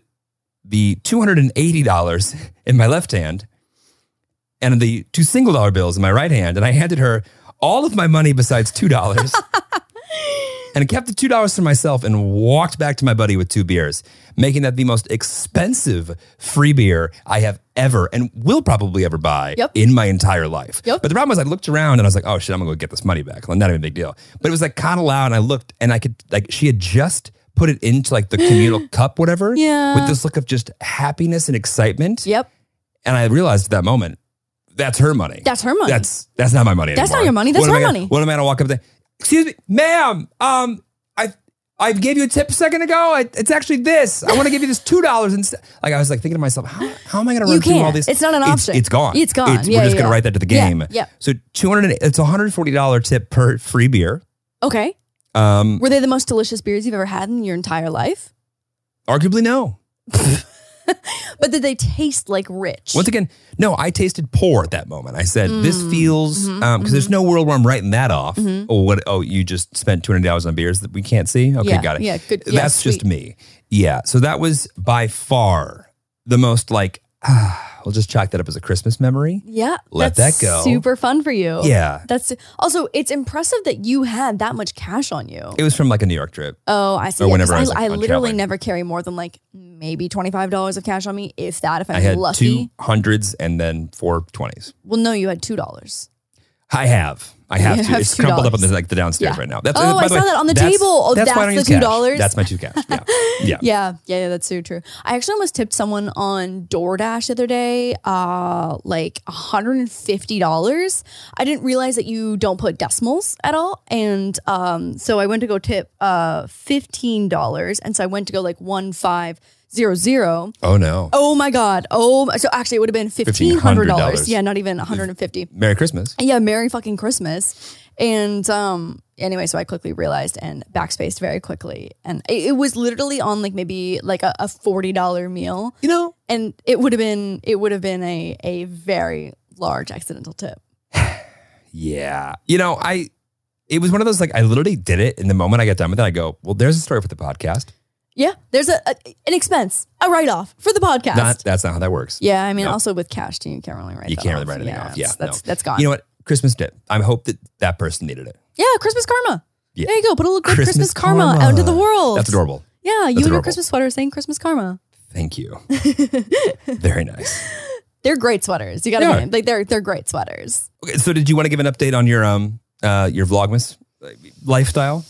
Speaker 2: the $280 in my left hand and the two single dollar bills in my right hand and i handed her all of my money besides $2 and I kept the two dollars for myself and walked back to my buddy with two beers, making that the most expensive free beer I have ever and will probably ever buy
Speaker 1: Yep.
Speaker 2: in my entire life.
Speaker 1: Yep.
Speaker 2: But the problem was I looked around and I was like, oh shit, I'm gonna go get this money back. Like, not even a big deal. But it was like kind of loud, and I looked and I could like she had just put it into like the communal cup, whatever.
Speaker 1: Yeah.
Speaker 2: With this look of just happiness and excitement.
Speaker 1: Yep.
Speaker 2: And I realized at that moment, that's her money.
Speaker 1: That's her money.
Speaker 2: That's that's not my money.
Speaker 1: That's not
Speaker 2: anymore.
Speaker 1: your money. That's
Speaker 2: What am
Speaker 1: her
Speaker 2: I gonna-
Speaker 1: money.
Speaker 2: What am I gonna walk up there? Excuse me, ma'am. Um, I I gave you a tip a second ago. I, it's actually this. I want to give you this two dollars instead. Like I was like thinking to myself, how, how am I gonna
Speaker 1: You
Speaker 2: run through all
Speaker 1: can't.
Speaker 2: this?
Speaker 1: It's not an option.
Speaker 2: It's gone.
Speaker 1: It's gone.
Speaker 2: we're
Speaker 1: Yeah,
Speaker 2: just
Speaker 1: yeah,
Speaker 2: gonna
Speaker 1: yeah.
Speaker 2: write that to the
Speaker 1: Yeah,
Speaker 2: game.
Speaker 1: yeah.
Speaker 2: So two hundred. It's a hundred forty dollar tip per free beer.
Speaker 1: Okay.
Speaker 2: Um,
Speaker 1: Were they the most delicious beers you've ever had in your entire life?
Speaker 2: arguably no.
Speaker 1: But did they taste like rich?
Speaker 2: Once again, no, I tasted poor at that moment. I said, this
Speaker 1: Mm-hmm,
Speaker 2: feels, because there's no world where I'm writing that off. Oh, what? Oh, you just spent $200 on beers that we can't see? Okay,
Speaker 1: Yeah,
Speaker 2: got it.
Speaker 1: yeah, good- yeah,
Speaker 2: That's just
Speaker 1: sweet.
Speaker 2: me. Yeah. So that was by far the most like, ah, we'll just chalk that up as a Christmas memory.
Speaker 1: yeah.
Speaker 2: Let
Speaker 1: that's
Speaker 2: that go.
Speaker 1: Super fun for you.
Speaker 2: Yeah.
Speaker 1: That's also it's impressive that you had that much cash on you.
Speaker 2: It was from like a New York trip.
Speaker 1: oh, I see.
Speaker 2: Or
Speaker 1: Yeah, 'cause
Speaker 2: whenever I was, like,
Speaker 1: I,
Speaker 2: on
Speaker 1: literally
Speaker 2: traveling.
Speaker 1: never carry more than like maybe twenty five dollars of cash on me, if that. If I'm
Speaker 2: I had
Speaker 1: lucky.
Speaker 2: two hundreds and then four twenties.
Speaker 1: Well, no, you had two dollars.
Speaker 2: I have. I have
Speaker 1: You
Speaker 2: to.
Speaker 1: have
Speaker 2: it's crumpled up on
Speaker 1: $2.
Speaker 2: the, like, the downstairs
Speaker 1: Yeah.
Speaker 2: right now. That's, uh,
Speaker 1: Oh,
Speaker 2: by
Speaker 1: I
Speaker 2: the way,
Speaker 1: saw that on the
Speaker 2: that's-
Speaker 1: table. Oh,
Speaker 2: That's, why I don't
Speaker 1: that's
Speaker 2: use
Speaker 1: the
Speaker 2: cash.
Speaker 1: $2.
Speaker 2: That's my two cash. Yeah. Yeah.
Speaker 1: Yeah, yeah, yeah, that's so true. I actually almost tipped someone on DoorDash the other day, uh, like $150. I didn't realize that you don't put decimals at all. And um, so I went to go tip uh, $15. And so I went to go like 1500.
Speaker 2: Oh, no.
Speaker 1: Oh my God. Oh, my- so actually, it would have been $1,500.
Speaker 2: $1,500.
Speaker 1: Yeah, not even 150
Speaker 2: Merry Christmas.
Speaker 1: yeah, Merry fucking Christmas. And um anyway, so I quickly realized and backspaced very quickly. And it, it was literally on like maybe like a, a forty dollar meal.
Speaker 2: You know,
Speaker 1: And it would have been it would have been a a very large accidental tip.
Speaker 2: Yeah. You know, I it was one of those like I literally did it and the moment I got done with it, I go, Well, there's a story for the podcast.
Speaker 1: Yeah. There's a, a an expense, a write off for the podcast.
Speaker 2: Not that's not how that works.
Speaker 1: yeah, I mean
Speaker 2: No.
Speaker 1: also with cash too, you can't really write
Speaker 2: You
Speaker 1: that
Speaker 2: can't
Speaker 1: off.
Speaker 2: really write anything off. Yeah,
Speaker 1: it's- That's
Speaker 2: no.
Speaker 1: that's gone.
Speaker 2: You know what? Christmas dip. I hope that that person needed it.
Speaker 1: yeah, Christmas karma.
Speaker 2: Yeah.
Speaker 1: There you go. Put a little good Christmas,
Speaker 2: Christmas
Speaker 1: karma,
Speaker 2: karma.
Speaker 1: out into the world.
Speaker 2: That's adorable.
Speaker 1: Yeah, you in
Speaker 2: That's
Speaker 1: your
Speaker 2: adorable.
Speaker 1: Christmas sweater saying Christmas karma.
Speaker 2: Thank you. Very nice.
Speaker 1: They're great sweaters. You gotta
Speaker 2: They
Speaker 1: get
Speaker 2: are.
Speaker 1: them. like they're they're great sweaters.
Speaker 2: Okay, so did you want to give an update on your um uh your vlogmas like, lifestyle?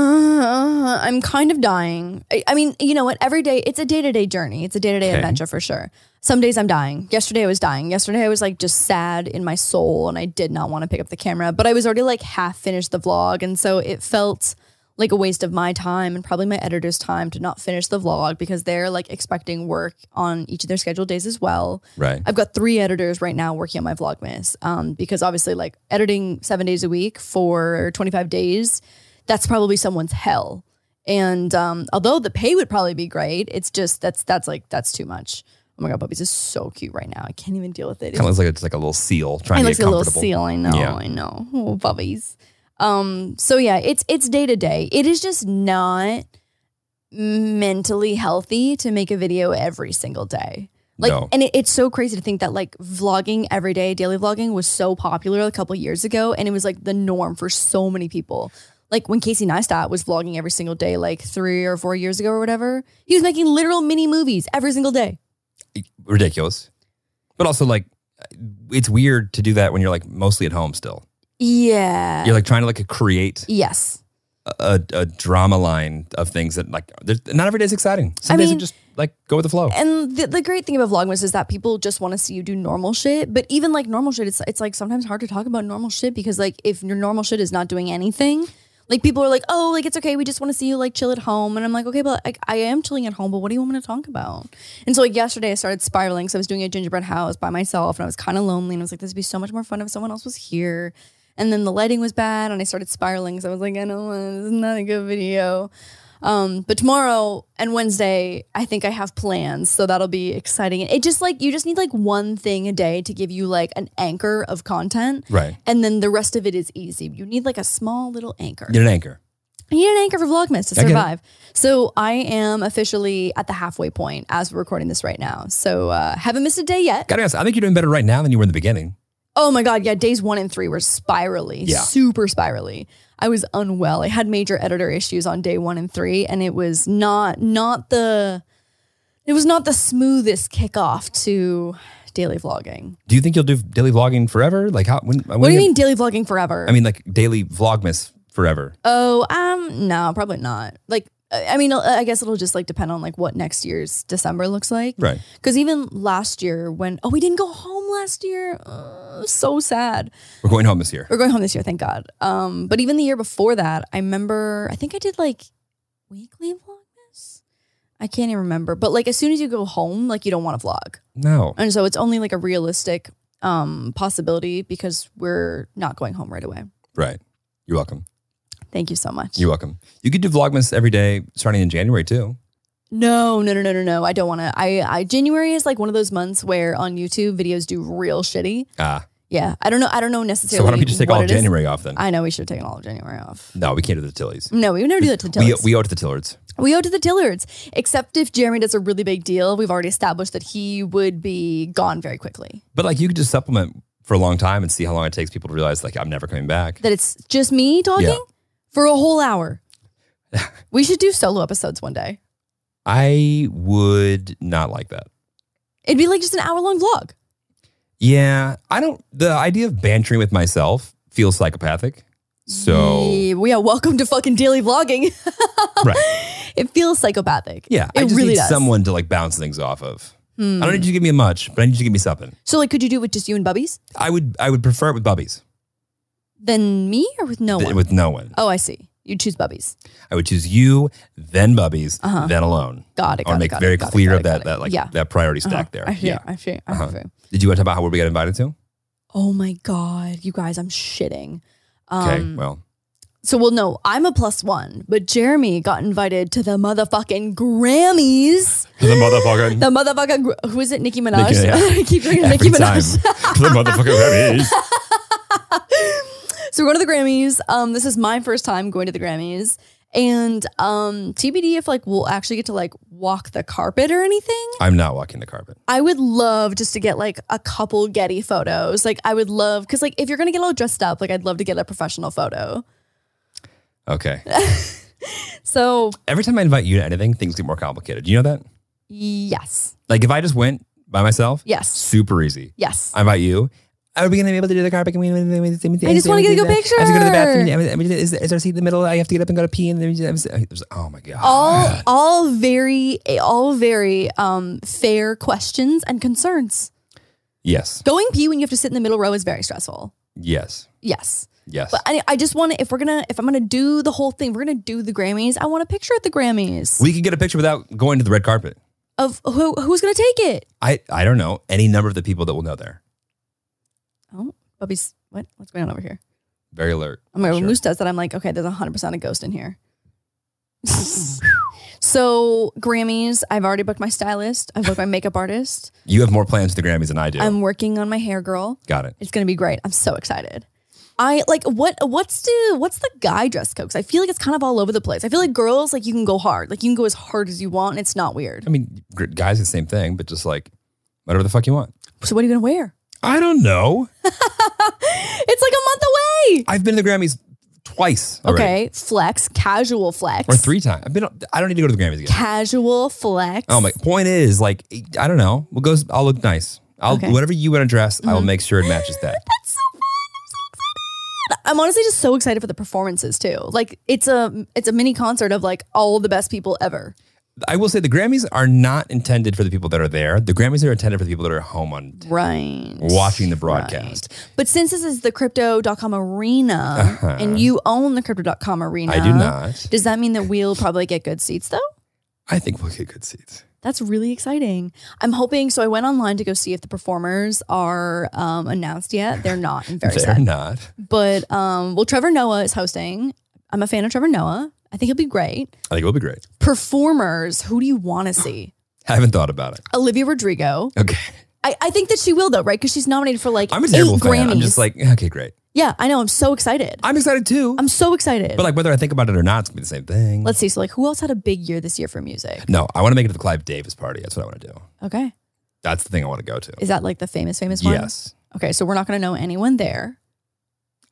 Speaker 1: Uh, I'm kind of dying. I, I mean, you know what? Every day, it's a day to day journey. It's a day to day
Speaker 2: Okay.
Speaker 1: adventure for sure. Some days I'm dying. Yesterday I was dying. Yesterday I was like just sad in my soul and I did not want to pick up the camera, but I was already like half finished the vlog. And so it felt like a waste of my time and probably my editor's time to not finish the vlog because they're like expecting work on each of their scheduled days as well.
Speaker 2: Right.
Speaker 1: I've got three editors right now working on my Vlogmas um, because obviously, like editing seven days a week for 25 days, that's probably someone's hell. And um, although the pay would probably be great, it's just that's that's like that's too much. Oh my god, Bubby's is so cute right now. I can't even deal with it.
Speaker 2: Kind of looks like it's like a little seal trying
Speaker 1: It
Speaker 2: to
Speaker 1: looks
Speaker 2: get
Speaker 1: like a little
Speaker 2: comfortable.
Speaker 1: seal. I know.
Speaker 2: Yeah.
Speaker 1: I know. Oh, bubbies. Um. So yeah, it's it's day to day. It is just not mentally healthy to make a video every single day. Like,
Speaker 2: No.
Speaker 1: and it, it's so crazy to think that like vlogging every day, daily vlogging was so popular a couple years ago, and it was like the norm for so many people. Like when Casey Neistat was vlogging every single day, like three or four years ago or whatever, he was making literal mini movies every single day.
Speaker 2: Ridiculous. But also like it's weird to do that when you're like mostly at home still.
Speaker 1: Yeah.
Speaker 2: You're like trying to like create
Speaker 1: yes.
Speaker 2: a, a, a drama line of things that like there's- not every day's exciting. Some
Speaker 1: I
Speaker 2: days
Speaker 1: mean-
Speaker 2: are just like go with the flow.
Speaker 1: And the, the great thing about Vlogmas is that people just want to see you do normal shit. But even like normal shit, it's it's like sometimes hard to talk about normal shit because like if your normal shit is not doing anything, like people are like, oh, like it's okay. We just want to see you like chill at home. And I'm like, okay, but like I am chilling at home. But what do you want me to talk about? And so like yesterday, I started spiraling. So I was doing a gingerbread house by myself, and I was kind of lonely. And I was like, this would be so much more fun if someone else was here. And then the lighting was bad, and I started spiraling. So I was like, I don't want. This is not a good video. Um, but tomorrow and Wednesday, I think I have plans, so that'll be exciting. It just like you just need like one thing a day to give you like an anchor of content,
Speaker 2: Right.
Speaker 1: And then the rest of it is easy. You need like a small little anchor.
Speaker 2: You're an anchor.
Speaker 1: You need an anchor for Vlogmas to
Speaker 2: I get it.
Speaker 1: survive. So I am officially at the halfway point as we're recording this right now. So uh, haven't missed a day yet.
Speaker 2: Gotta ask, I think you're doing better right now than you were in the beginning.
Speaker 1: Oh my God. Yeah. Days one and three were spirally,
Speaker 2: Yeah.
Speaker 1: super spirally. I was unwell. I had major editor issues on day one and three, and it was not, not the, it was not the smoothest kickoff to daily vlogging.
Speaker 2: Do you think you'll do daily vlogging forever? Like how when, when
Speaker 1: What do you mean daily vlogging forever?
Speaker 2: I mean like daily vlogmas forever.
Speaker 1: Oh, um, no, probably not. Like, I I mean, uh, I guess it'll just like depend on like what next year's December looks like.
Speaker 2: Right.
Speaker 1: Because even last year, when oh, we didn't go home last year, uh, so sad.
Speaker 2: We're going home this year.
Speaker 1: We're going home this year, thank God. Um, but even the year before that, I remember. I think I did like weekly vlogmas. I can't even remember. But like, as soon as you go home, like you don't want to vlog.
Speaker 2: No.
Speaker 1: And so it's only like a realistic um possibility because we're not going home right away.
Speaker 2: Right. You're welcome.
Speaker 1: Thank you so much.
Speaker 2: You're welcome. You could do vlogmas every day starting in January too.
Speaker 1: No, no, no, no, no, no. I don't want to. I, I January is like one of those months where on YouTube videos do real shitty.
Speaker 2: Ah.
Speaker 1: Yeah, I don't know. I don't know necessarily.
Speaker 2: so why don't we just take
Speaker 1: what
Speaker 2: all
Speaker 1: it
Speaker 2: of
Speaker 1: is.
Speaker 2: January off then?
Speaker 1: I know we should have taken all of January off.
Speaker 2: no, we can't do the Tillies.
Speaker 1: No, we would never do that to the
Speaker 2: We,
Speaker 1: Tillards.
Speaker 2: we owe it to the Tillards.
Speaker 1: We owe it to the Tillards, except if Jeremy does a really big deal. We've already established that he would be gone very quickly.
Speaker 2: But like you could just supplement for a long time and see how long it takes people to realize like I'm never coming back.
Speaker 1: That it's just me talking
Speaker 2: Yeah.
Speaker 1: for a whole hour. we should do solo episodes one day.
Speaker 2: I would not like that.
Speaker 1: It'd be like just an hour long vlog.
Speaker 2: Yeah, I don't. The idea of bantering with myself feels psychopathic. So
Speaker 1: yeah, well, yeah, welcome to fucking daily vlogging.
Speaker 2: right,
Speaker 1: It feels psychopathic.
Speaker 2: yeah,
Speaker 1: it
Speaker 2: I just
Speaker 1: really
Speaker 2: need
Speaker 1: does. Hmm.
Speaker 2: someone to like bounce things off of. I don't need you to give me much, but I need you to give me something.
Speaker 1: So, like, could you do it with just you and Bubbies?
Speaker 2: I would, I would prefer it with Bubbies
Speaker 1: Then me or with no
Speaker 2: th-
Speaker 1: one?
Speaker 2: with no one.
Speaker 1: oh, I see. You choose Bubbies.
Speaker 2: I would choose you, then Bubbies, then alone.
Speaker 1: Uh-huh. Got it.
Speaker 2: I
Speaker 1: got
Speaker 2: want
Speaker 1: it,
Speaker 2: to make
Speaker 1: got it,
Speaker 2: very
Speaker 1: got it,
Speaker 2: clear
Speaker 1: got it,
Speaker 2: that
Speaker 1: got it.
Speaker 2: that like
Speaker 1: yeah.
Speaker 2: that priority stack
Speaker 1: Uh-huh.
Speaker 2: there.
Speaker 1: I
Speaker 2: yeah.
Speaker 1: hear. I hear. I
Speaker 2: Uh-huh.
Speaker 1: hear.
Speaker 2: Did you want to talk about how where we got invited to?
Speaker 1: Oh my god, you guys, I'm shitting. Um,
Speaker 2: Okay, well,
Speaker 1: So, well, no, I'm a plus one, but Jeremy got invited to the motherfucking Grammys.
Speaker 2: the motherfucker.
Speaker 1: The motherfucking Gr- who is it? Nicki Minaj.
Speaker 2: Nicki, yeah.
Speaker 1: I keep drinking
Speaker 2: every
Speaker 1: Nicki
Speaker 2: time.
Speaker 1: Minaj.
Speaker 2: the motherfucker Grammys.
Speaker 1: So we're going to the Grammys. Um, this is my first time going to the Grammys. And um, TBD if like we'll actually get to like walk the carpet or anything.
Speaker 2: I'm not walking the carpet.
Speaker 1: I would love just to get like a couple Getty photos. Like I would love because like if you're gonna get all dressed up, like I'd love to get a professional photo.
Speaker 2: Okay.
Speaker 1: So
Speaker 2: Every time I invite you to anything, things get more complicated. You know that?
Speaker 1: yes,
Speaker 2: Like if I just went by myself,
Speaker 1: yes,
Speaker 2: super easy.
Speaker 1: yes.
Speaker 2: I invite you. Are we going to be able to do the carpet? Can we, I
Speaker 1: just wanna get a good
Speaker 2: I have to go to the bathroom.
Speaker 1: picture.
Speaker 2: I mean, I mean, Is, is there a seat in the middle? I have to get up and go to pee. And then there's, there's- oh my god!
Speaker 1: all all very all very um fair questions and concerns.
Speaker 2: yes,
Speaker 1: Going pee when you have to sit in the middle row is very stressful.
Speaker 2: yes,
Speaker 1: Yes.
Speaker 2: Yes.
Speaker 1: But I, I just want to, if we're gonna, if I'm gonna do the whole thing, we're gonna do the Grammys. I want a picture at the Grammys
Speaker 2: we could get a picture without going to the red carpet.
Speaker 1: of who who's gonna take it.
Speaker 2: I, I don't know any number of the people that will know there.
Speaker 1: Oh, Bubby's what? What's going on over here?
Speaker 2: Very alert.
Speaker 1: I'm like, when
Speaker 2: Sure.
Speaker 1: Moose does that. I'm like, okay, there's 100 percent a ghost in here. so Grammys, I've already booked my stylist. I've booked my makeup artist.
Speaker 2: You have more plans for the Grammys than I do.
Speaker 1: I'm working on my hair girl.
Speaker 2: Got it.
Speaker 1: It's gonna be great. I'm so excited. I like what what's the what's the guy dress code? 'Cause I feel like it's kind of all over the place. I feel like girls like you can go hard, like you can go as hard as you want, and it's not weird.
Speaker 2: I mean, gr- guys, the same thing, but just like whatever the fuck you want.
Speaker 1: So what are you gonna wear?
Speaker 2: I don't know.
Speaker 1: It's like a month away.
Speaker 2: I've been to the Grammys twice already,
Speaker 1: Okay, flex, casual flex,
Speaker 2: or three times. I've been. I don't need to go to the Grammys again.
Speaker 1: casual flex.
Speaker 2: Oh my point is like I don't know. We'll go. I'll look nice. I'll
Speaker 1: Okay. Mm-hmm.
Speaker 2: whatever you want to dress. I will make sure it matches that.
Speaker 1: That's so fun. I'm so excited. I'm honestly just so excited for the performances too. Like it's a it's a mini concert of like all the best people ever.
Speaker 2: I will say the Grammys are not intended for the people that are there. The Grammys are intended for the people that are at home on
Speaker 1: Right.
Speaker 2: watching the broadcast.
Speaker 1: But since this is the crypto.com arena and you own the crypto.com arena,
Speaker 2: Uh-huh. I do not.
Speaker 1: Does that mean that we'll probably get good seats though?
Speaker 2: I think we'll get good seats.
Speaker 1: That's really exciting. I'm hoping. So I went online to go see if the performers are um, announced yet. They're not. I'm very
Speaker 2: They're
Speaker 1: sad.
Speaker 2: not.
Speaker 1: But um, well, Trevor Noah is hosting. I'm a fan of Trevor Noah. I think he'll be great.
Speaker 2: I think it'll be great.
Speaker 1: Performers, who do you want to see?
Speaker 2: Haven't thought about it.
Speaker 1: Olivia Rodrigo.
Speaker 2: Okay.
Speaker 1: I, I think that she will though, right? Because she's nominated for like
Speaker 2: I'm a
Speaker 1: eight
Speaker 2: terrible
Speaker 1: Grammys.
Speaker 2: fan. I'm just like, okay, great.
Speaker 1: yeah, I know. I'm so excited.
Speaker 2: I'm excited too.
Speaker 1: I'm so excited.
Speaker 2: but like whether I think about it or not, it's gonna be the same thing.
Speaker 1: Let's see. So, like, who else had a big year this year for music?
Speaker 2: no, I want to make it to the Clive Davis party. That's what I want to do.
Speaker 1: Okay.
Speaker 2: That's the thing I want to go to.
Speaker 1: Is that like the famous, famous one?
Speaker 2: Yes.
Speaker 1: Okay. So, we're not going to know anyone there.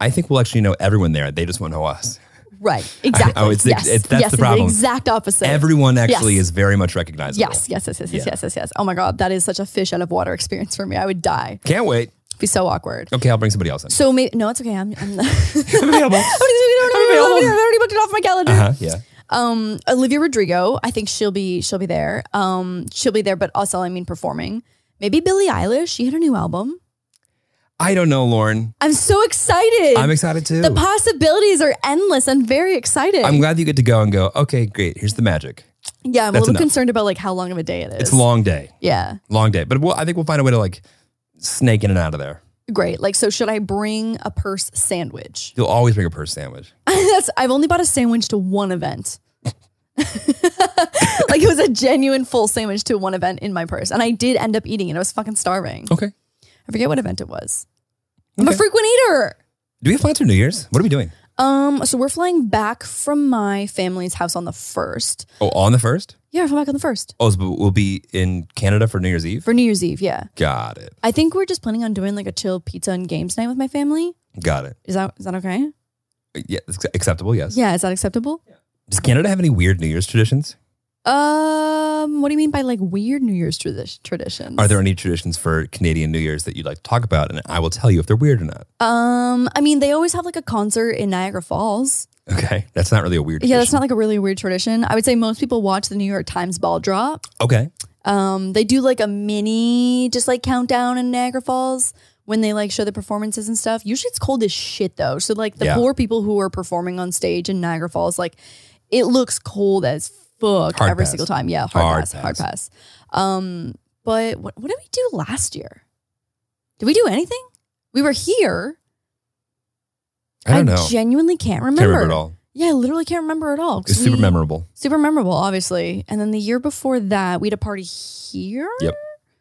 Speaker 2: I think we'll actually know everyone there. They just won't know us.
Speaker 1: Right. Exactly.
Speaker 2: Oh, it's the-
Speaker 1: yes.
Speaker 2: it's- that's
Speaker 1: yes,
Speaker 2: the problem.
Speaker 1: exact opposite.
Speaker 2: Everyone actually
Speaker 1: Yes.
Speaker 2: is very much recognizable.
Speaker 1: Yes, yes, yes, yes, yes,
Speaker 2: Yeah.
Speaker 1: yes, yes, yes. Oh my God, that is such a fish out of water experience for me. I would die.
Speaker 2: Can't wait.
Speaker 1: It'd be so awkward.
Speaker 2: Okay, I'll bring somebody else in.
Speaker 1: So maybe no, it's okay. I'm. I'm
Speaker 2: I'm available.
Speaker 1: I already booked it off my calendar.
Speaker 2: Uh-huh, yeah.
Speaker 1: Um, Olivia Rodrigo, I think she'll be she'll be there. Um, she'll be there, but also I mean performing. Maybe Billie Eilish. She had a new album.
Speaker 2: I don't know, Lauren.
Speaker 1: I'm so excited.
Speaker 2: I'm excited too.
Speaker 1: The possibilities are endless. I'm very excited.
Speaker 2: I'm glad you get to go and go, okay, great. Here's the magic.
Speaker 1: yeah, I'm a
Speaker 2: That's
Speaker 1: little
Speaker 2: enough.
Speaker 1: concerned about like how long of a day it is.
Speaker 2: It's a long day.
Speaker 1: Yeah,
Speaker 2: Long day. But we'll, I think we'll find a way to like snake in and out of there.
Speaker 1: great. Like, so should I bring a purse sandwich?
Speaker 2: You'll always bring a purse sandwich.
Speaker 1: That's I've only bought a sandwich to one event. like it was a genuine full sandwich to one event in my purse, and I did end up eating it. I was fucking starving.
Speaker 2: Okay.
Speaker 1: I forget what event it was. I'm a
Speaker 2: Oh. Okay.
Speaker 1: frequent eater.
Speaker 2: Do we have plans for New Year's? What are we doing?
Speaker 1: Um, so we're flying back from my family's house on the first.
Speaker 2: Oh, on the first?
Speaker 1: Yeah, we're flying back on the first
Speaker 2: Oh, so we'll be in Canada for New Year's Eve?
Speaker 1: for New Year's Eve. Yeah,
Speaker 2: Got it.
Speaker 1: I think we're just planning on doing like a chill pizza and games night with my family.
Speaker 2: Got it.
Speaker 1: Is that is that okay?
Speaker 2: Yeah, it's acceptable, yes.
Speaker 1: Yeah, is that acceptable?
Speaker 2: Does Canada have any weird New Year's traditions?
Speaker 1: Um, what do you mean by like weird New Year's tradi- traditions?
Speaker 2: Are there any traditions for Canadian New Year's that you'd like to talk about? And I will tell you if they're weird or not.
Speaker 1: Um, I mean, they always have like a concert in Niagara Falls.
Speaker 2: Okay. That's not really a weird
Speaker 1: Yeah, that's not
Speaker 2: tradition.
Speaker 1: like a really weird tradition. I would say most people watch the New York Times ball drop.
Speaker 2: Okay.
Speaker 1: Um, they do like a mini, just like countdown in Niagara Falls when they like show the performances and stuff. Usually it's cold as shit though. So like the
Speaker 2: Yeah.
Speaker 1: poor people who are performing on stage in Niagara Falls, like it looks cold as fuck
Speaker 2: Hard
Speaker 1: every
Speaker 2: pass.
Speaker 1: single time. Yeah, hard,
Speaker 2: Hard
Speaker 1: pass, hard
Speaker 2: pass.
Speaker 1: pass. Um, but what what did we do last year? Did we do anything? We were here.
Speaker 2: I don't know.
Speaker 1: genuinely can't remember.
Speaker 2: Can't remember at all.
Speaker 1: Yeah, I literally can't remember at all. 'cause
Speaker 2: It's super
Speaker 1: we-
Speaker 2: memorable.
Speaker 1: Super memorable, obviously. And then the year before that, we had a party here.
Speaker 2: Yep.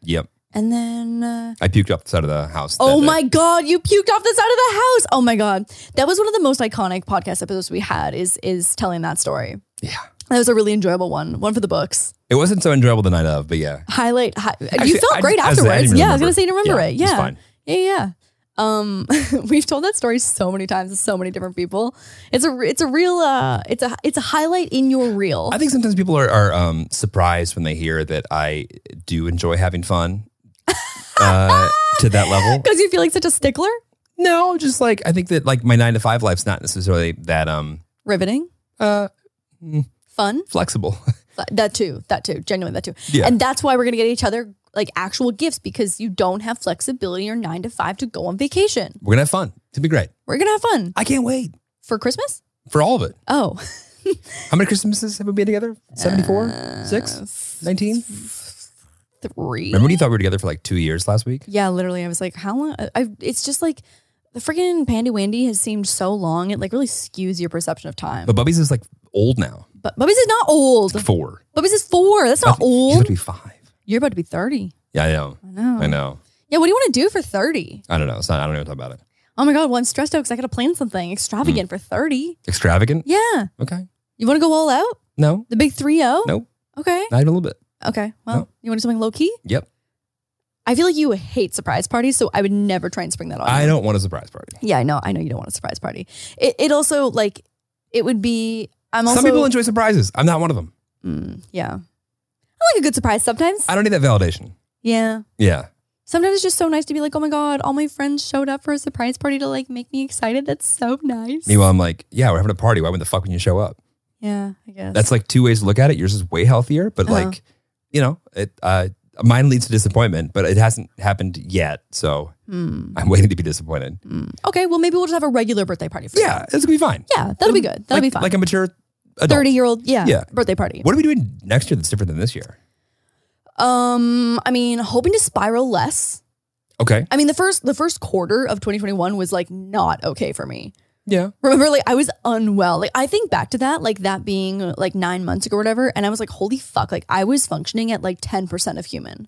Speaker 2: Yep.
Speaker 1: And then, uh,
Speaker 2: I puked up the side of the house. that
Speaker 1: oh
Speaker 2: day.
Speaker 1: my God, you puked off the side of the house. Oh my God. That was one of the most iconic podcast episodes we had is, is telling that story.
Speaker 2: Yeah.
Speaker 1: That was a really enjoyable one, one for the books.
Speaker 2: It wasn't so enjoyable the night of, but yeah.
Speaker 1: Highlight. Hi- you
Speaker 2: Actually,
Speaker 1: felt
Speaker 2: I-
Speaker 1: great
Speaker 2: I was- I didn't
Speaker 1: afterwards.
Speaker 2: even
Speaker 1: yeah, I was going
Speaker 2: remember.
Speaker 1: to say you remember
Speaker 2: Yeah,
Speaker 1: it.
Speaker 2: it's
Speaker 1: Yeah.
Speaker 2: fine.
Speaker 1: Yeah, yeah. Um, we've told that story so many times to so many different people. It's a, it's a real, uh, it's a, it's a highlight in your reel.
Speaker 2: I think sometimes people are, are um, surprised when they hear that I do enjoy having fun uh, to that level.
Speaker 1: Because you feel like such a stickler?
Speaker 2: No, just like I think that like my nine to five life's not necessarily that um
Speaker 1: Riveting?
Speaker 2: uh
Speaker 1: Fun?
Speaker 2: flexible.
Speaker 1: That too. That too. Genuinely, that too.
Speaker 2: Yeah.
Speaker 1: And that's why we're going to get each other like actual gifts because you don't have flexibility or nine to five to go on vacation.
Speaker 2: We're gonna have fun. to be great.
Speaker 1: We're gonna have fun
Speaker 2: I can't wait
Speaker 1: for Christmas.
Speaker 2: for all of it.
Speaker 1: Oh,
Speaker 2: How many Christmases have we been together? 74?
Speaker 1: Uh,
Speaker 2: 6? 19?
Speaker 1: three.
Speaker 2: Remember when you thought we were together for like two years last week?
Speaker 1: Yeah, literally. I was like, how long? I, I- it's just like the freaking Pandy Wandy has seemed so long. It like really skews your perception of time.
Speaker 2: But Bubby's is like old now.
Speaker 1: But Bubby's is not old.
Speaker 2: Four.
Speaker 1: Bubby's is four. That's not
Speaker 2: He's about
Speaker 1: old.
Speaker 2: to be five.
Speaker 1: You're about to be 30.
Speaker 2: Yeah, I know.
Speaker 1: I know.
Speaker 2: I know.
Speaker 1: Yeah, what do you want to do for 30?
Speaker 2: I don't know. It's not, I don't know what to talk about it.
Speaker 1: Oh my God, well, I'm stressed out because I got to plan something
Speaker 2: Mm.
Speaker 1: extravagant for 30.
Speaker 2: Extravagant?
Speaker 1: Yeah.
Speaker 2: Okay.
Speaker 1: You want to go all out?
Speaker 2: No,
Speaker 1: The big 3 0?
Speaker 2: Nope.
Speaker 1: Okay.
Speaker 2: not even a little bit.
Speaker 1: Okay. Well,
Speaker 2: No.
Speaker 1: you want to do something low key?
Speaker 2: Yep.
Speaker 1: I feel like you hate surprise parties, so I would never try and spring that on.
Speaker 2: I
Speaker 1: you.
Speaker 2: don't want a surprise party.
Speaker 1: Yeah, I know. I know you don't want a surprise party. It, it also, like, it would be. I'm also.
Speaker 2: Some people enjoy surprises. I'm not one of them.
Speaker 1: Mm, yeah. I like a good surprise sometimes.
Speaker 2: I don't need that validation.
Speaker 1: yeah.
Speaker 2: Yeah.
Speaker 1: Sometimes it's just so nice to be like, oh my God, all my friends showed up for a surprise party to like make me excited. That's so nice.
Speaker 2: Meanwhile, I'm like, yeah, we're having a party. Why wouldn't the fuck would you show up?
Speaker 1: Yeah, I guess.
Speaker 2: That's like two ways to look at it. Yours is way healthier, but
Speaker 1: Uh-huh.
Speaker 2: like, you know, it, uh, mine leads to disappointment, but it hasn't happened yet. So
Speaker 1: Hmm.
Speaker 2: I'm waiting to be disappointed.
Speaker 1: Okay, well, maybe we'll just have a regular birthday party for you.
Speaker 2: Yeah, it's gonna be fine.
Speaker 1: Yeah, that'll be good. That'll
Speaker 2: like,
Speaker 1: be fine.
Speaker 2: Like a mature adult.
Speaker 1: 30 year old, yeah,
Speaker 2: Yeah.
Speaker 1: birthday party.
Speaker 2: What are we doing next year that's different than this year?
Speaker 1: Um, I mean, hoping to spiral less.
Speaker 2: Okay.
Speaker 1: I mean, the first the first quarter of 2021 was like not okay for me.
Speaker 2: Yeah.
Speaker 1: Remember, like I was unwell. Like I think back to that, like that being like nine months ago or whatever, and I was like, holy fuck, like I was functioning at like 10% of human.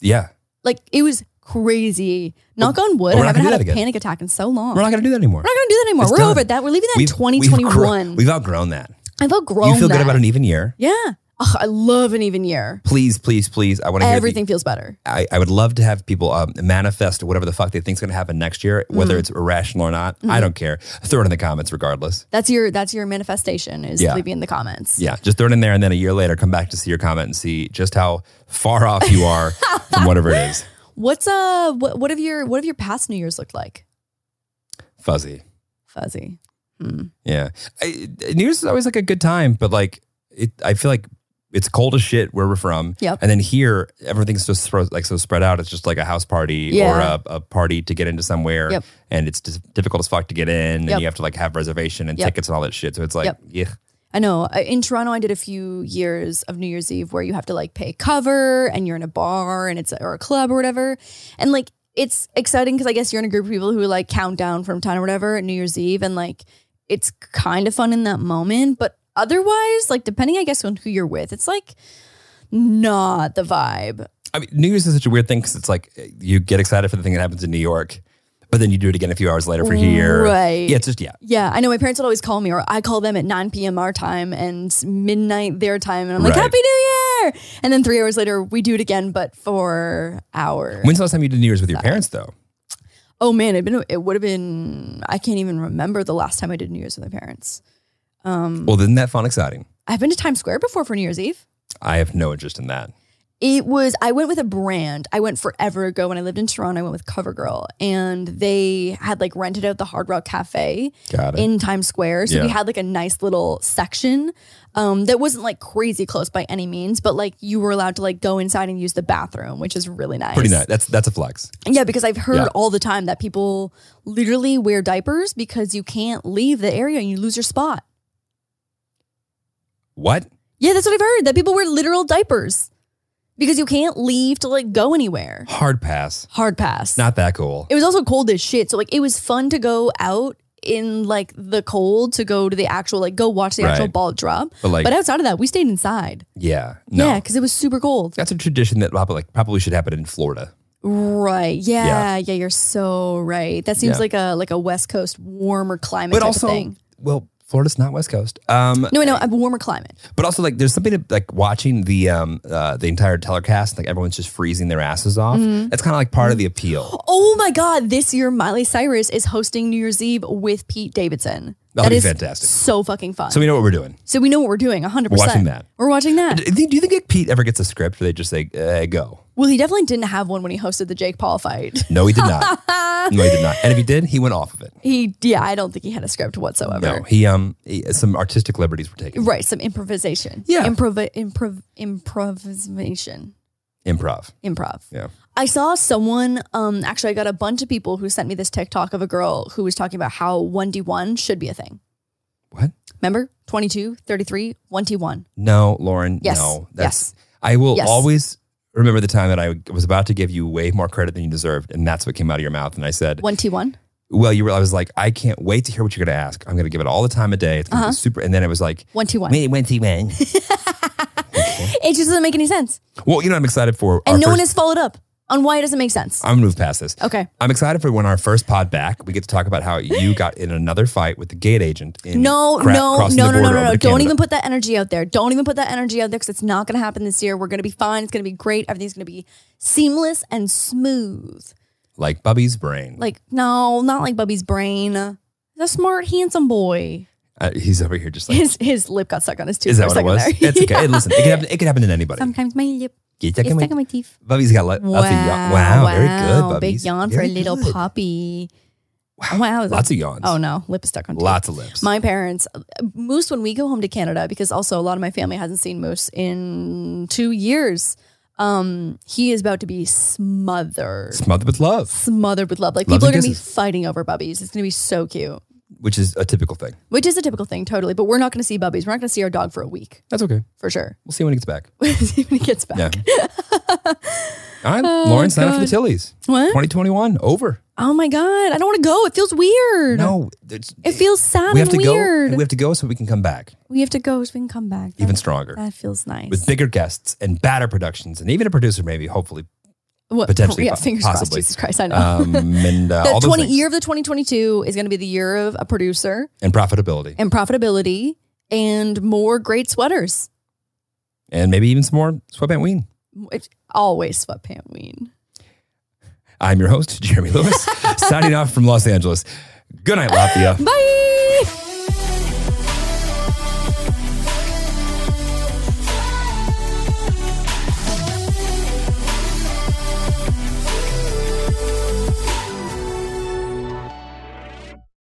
Speaker 2: Yeah.
Speaker 1: Like it was crazy. Knock on wood,
Speaker 2: but we're
Speaker 1: I
Speaker 2: not
Speaker 1: haven't
Speaker 2: gonna do
Speaker 1: had a
Speaker 2: that again.
Speaker 1: panic attack in so long.
Speaker 2: We're not gonna do that anymore.
Speaker 1: We're not gonna do that anymore.
Speaker 2: It's
Speaker 1: We're
Speaker 2: done.
Speaker 1: over that. We're leaving that in
Speaker 2: We've,
Speaker 1: 2021.
Speaker 2: gro- we've outgrown that.
Speaker 1: I felt grown.
Speaker 2: You feel good
Speaker 1: then.
Speaker 2: about an even year.
Speaker 1: Yeah. Ugh, I love an even year.
Speaker 2: Please, please, please. I want to hear the-
Speaker 1: Everything feels better.
Speaker 2: I, I would love to have people um, manifest whatever the fuck they think's going to happen next year, whether it's irrational or not. I don't care. Throw it in the comments, regardless.
Speaker 1: That's your that's your manifestation is
Speaker 2: Yeah.
Speaker 1: leaving in the comments.
Speaker 2: Yeah, just throw it in there, and then a year later, come back to see your comment and see just how far off you are from whatever it is.
Speaker 1: What's uh what what have your what have your past New Year's looked like?
Speaker 2: Fuzzy.
Speaker 1: Fuzzy. Hmm.
Speaker 2: Yeah, I, New Year's is always like a good time, but like it, I feel like it's cold as shit where we're from.
Speaker 1: Yep.
Speaker 2: And then here, everything's just spro- like so spread out. It's just like a house party or
Speaker 1: Yeah.
Speaker 2: a, a party to get into somewhere,
Speaker 1: Yep.
Speaker 2: and it's just difficult as fuck to get in,
Speaker 1: Yep.
Speaker 2: and you have to like have reservation and
Speaker 1: Yep.
Speaker 2: tickets and all that shit. So it's like,
Speaker 1: Yep.
Speaker 2: yeah,
Speaker 1: I know. I- In Toronto, I did a few years of New Year's Eve where you have to like pay cover and you're in a bar and it's or a club or whatever. And like it's exciting because I guess you're in a group of people who like count down from time or whatever at New Year's Eve and like it's kind of fun in that moment. But otherwise, like depending, I guess, on who you're with, it's like not the vibe.
Speaker 2: I mean, New Year's is such a weird thing because it's like you get excited for the thing that happens in New York, but then you do it again a few hours later for here.
Speaker 1: Right.
Speaker 2: Yeah, it's just yeah.
Speaker 1: Yeah, I know my parents would always call me, or I call them at 9 p.m. our time and midnight their time, and I'm like,
Speaker 2: Right.
Speaker 1: Happy New Year! And then three hours later, we do it again, but for hours.
Speaker 2: When's the last time you did New Year's with your parents though?
Speaker 1: oh man, it'd been, it would have been, I can't even remember the last time I did New Year's with my parents.
Speaker 2: Well, isn't that fun, exciting?
Speaker 1: I've been to Times Square before for New Year's Eve.
Speaker 2: I have no interest in that.
Speaker 1: It was, I went with a brand. I went forever ago when I lived in Toronto. I went with CoverGirl, and they had like rented out the Hard Rock Cafe.
Speaker 2: Got it.
Speaker 1: in Times Square. So we
Speaker 2: Yeah.
Speaker 1: had like a nice little section um, that wasn't like crazy close by any means, but like you were allowed to like go inside and use the bathroom, which is really nice.
Speaker 2: Pretty nice. That's that's a flex.
Speaker 1: Yeah, because I've heard
Speaker 2: Yeah.
Speaker 1: all the time that people literally wear diapers because you can't leave the area and you lose your spot.
Speaker 2: What?
Speaker 1: Yeah, that's what I've heard that people wear literal diapers because you can't leave to like go anywhere.
Speaker 2: Hard pass.
Speaker 1: Hard pass.
Speaker 2: Not that cool.
Speaker 1: it was also cold as shit. So like it was fun to go out in like the cold to go to the actual like go watch the actual
Speaker 2: Right.
Speaker 1: ball drop.
Speaker 2: But like,
Speaker 1: but outside of that, we stayed inside.
Speaker 2: yeah, no.
Speaker 1: Yeah, because it was super cold.
Speaker 2: That's a tradition that probably, like, probably should happen in Florida.
Speaker 1: Right. Yeah, yeah.
Speaker 2: Yeah.
Speaker 1: You're so right. That seems
Speaker 2: Yeah.
Speaker 1: like a like a West Coast warmer climate.
Speaker 2: But
Speaker 1: type
Speaker 2: also,
Speaker 1: Of thing.
Speaker 2: well, Florida's not West Coast. Um,
Speaker 1: No, no, a warmer climate.
Speaker 2: but also like, there's something to, like watching the um uh, the entire telecast. Like everyone's just freezing their asses off.
Speaker 1: Mm-hmm.
Speaker 2: That's kind of like part of the appeal.
Speaker 1: Oh my God! This year, Miley Cyrus is hosting New Year's Eve with Pete Davidson.
Speaker 2: That'll
Speaker 1: That
Speaker 2: be
Speaker 1: is
Speaker 2: fantastic.
Speaker 1: So fucking fun.
Speaker 2: So
Speaker 1: So we,
Speaker 2: we know what we're doing.
Speaker 1: know what we're doing. 100.
Speaker 2: We're
Speaker 1: percent
Speaker 2: watching that.
Speaker 1: We're watching that.
Speaker 2: Do you think, do you think like, Pete ever gets a script where they just say uh, go?
Speaker 1: Well, he definitely didn't have one when he hosted the Jake Paul fight.
Speaker 2: No, he did not. no, he did not. And if he did, he went off of it.
Speaker 1: He, yeah, I don't think he had a script whatsoever.
Speaker 2: No, he um he- some artistic liberties were taken.
Speaker 1: Right, some improvisation.
Speaker 2: Yeah.
Speaker 1: improv, improv, improvisation.
Speaker 2: Improv.
Speaker 1: improv.
Speaker 2: Yeah.
Speaker 1: I saw someone, um, actually, I got a bunch of people who sent me this TikTok of a girl who was talking about how 1D1 should be a thing.
Speaker 2: What?
Speaker 1: Remember? 22, 33, 1T1.
Speaker 2: No, Lauren.
Speaker 1: Yes.
Speaker 2: No. That's I will
Speaker 1: Yes.
Speaker 2: always remember the time that I was about to give you way more credit than you deserved, and that's what came out of your mouth. And I said,
Speaker 1: 1T1.
Speaker 2: "Well, you were." I was like, "I can't wait to hear what you're going to ask. I'm going to give it all the time of day. It's
Speaker 1: Uh-huh.
Speaker 2: going to be super." And then it was like,
Speaker 1: 1T1.
Speaker 2: "Wait, when, see when?"
Speaker 1: It just doesn't make any sense.
Speaker 2: well, you know, I'm excited for.
Speaker 1: And
Speaker 2: our
Speaker 1: no one
Speaker 2: first-
Speaker 1: has followed up on why it doesn't make sense.
Speaker 2: I'm gonna move past this.
Speaker 1: Okay.
Speaker 2: I'm excited for when our first pod back, we get to talk about how you got in another fight with the gate agent. In
Speaker 1: No,
Speaker 2: cra-
Speaker 1: no,
Speaker 2: crossing
Speaker 1: no,
Speaker 2: the
Speaker 1: no, no,
Speaker 2: border
Speaker 1: no,
Speaker 2: over
Speaker 1: no.
Speaker 2: to
Speaker 1: Don't
Speaker 2: Canada.
Speaker 1: even put that energy out there. Don't even put that energy out there because it's not going to happen this year. We're going to be fine. It's going to be great. Everything's going to be seamless and smooth.
Speaker 2: like Bubby's brain.
Speaker 1: Like, no, not like Bubby's brain. The smart, handsome boy.
Speaker 2: Uh, he's over here just like.
Speaker 1: His his lip got stuck on his tooth.
Speaker 2: Is that
Speaker 1: for
Speaker 2: what
Speaker 1: a
Speaker 2: it was?
Speaker 1: second there.
Speaker 2: It's okay. Listen, it can happen. It can happen to anybody.
Speaker 1: Sometimes my lip
Speaker 2: Get
Speaker 1: is stuck on my teeth.
Speaker 2: Bubby's got like lots of yawn. Wow, very good,
Speaker 1: wow.
Speaker 2: Bubby.
Speaker 1: Big yawn for a little puppy. Wow. is that-
Speaker 2: Lots of yawns.
Speaker 1: Oh no, lip is stuck on. teeth.
Speaker 2: Lots of lips.
Speaker 1: My parents, Moose, when we go home to Canada, because also a lot of my family hasn't seen Moose in two years. Um, he is about to be smothered,
Speaker 2: Smothered with love,
Speaker 1: smothered with love. Like
Speaker 2: Love
Speaker 1: people are
Speaker 2: and
Speaker 1: gonna be
Speaker 2: kisses.
Speaker 1: fighting over bubbies. It's gonna be so cute,
Speaker 2: which is a typical thing.
Speaker 1: which is a typical thing, totally. But we're not gonna see bubbies. We're not gonna see our dog for a week
Speaker 2: That's okay.
Speaker 1: for sure.
Speaker 2: We'll see when he gets back.
Speaker 1: when he gets back.
Speaker 2: Yeah. All right, Lauren, sign up for the Tillies.
Speaker 1: Oh, What?
Speaker 2: 2021 over.
Speaker 1: Oh my god, I don't want to go. It feels weird.
Speaker 2: No, it's-
Speaker 1: It feels sad
Speaker 2: we have to
Speaker 1: and
Speaker 2: go.
Speaker 1: weird.
Speaker 2: and We have to go so we can come back
Speaker 1: to go so we can come back.
Speaker 2: even
Speaker 1: That-
Speaker 2: stronger
Speaker 1: That feels nice.
Speaker 2: with bigger guests and badder productions and even a producer maybe hopefully
Speaker 1: What-
Speaker 2: potentially,
Speaker 1: Yeah,
Speaker 2: po-
Speaker 1: fingers crossed.
Speaker 2: possibly.
Speaker 1: Jesus Christ, I know.
Speaker 2: um, and uh,
Speaker 1: the
Speaker 2: all those
Speaker 1: 20
Speaker 2: things.
Speaker 1: year of the 2022 is going to be the year of a producer
Speaker 2: and profitability and,
Speaker 1: and profitability and more great sweaters.
Speaker 2: maybe even some more sweatpant ween.
Speaker 1: It's always sweatpant ween.
Speaker 2: I'm your host Jeremy Lewis signing off from Los Angeles. Good night, Latvia.
Speaker 1: Bye.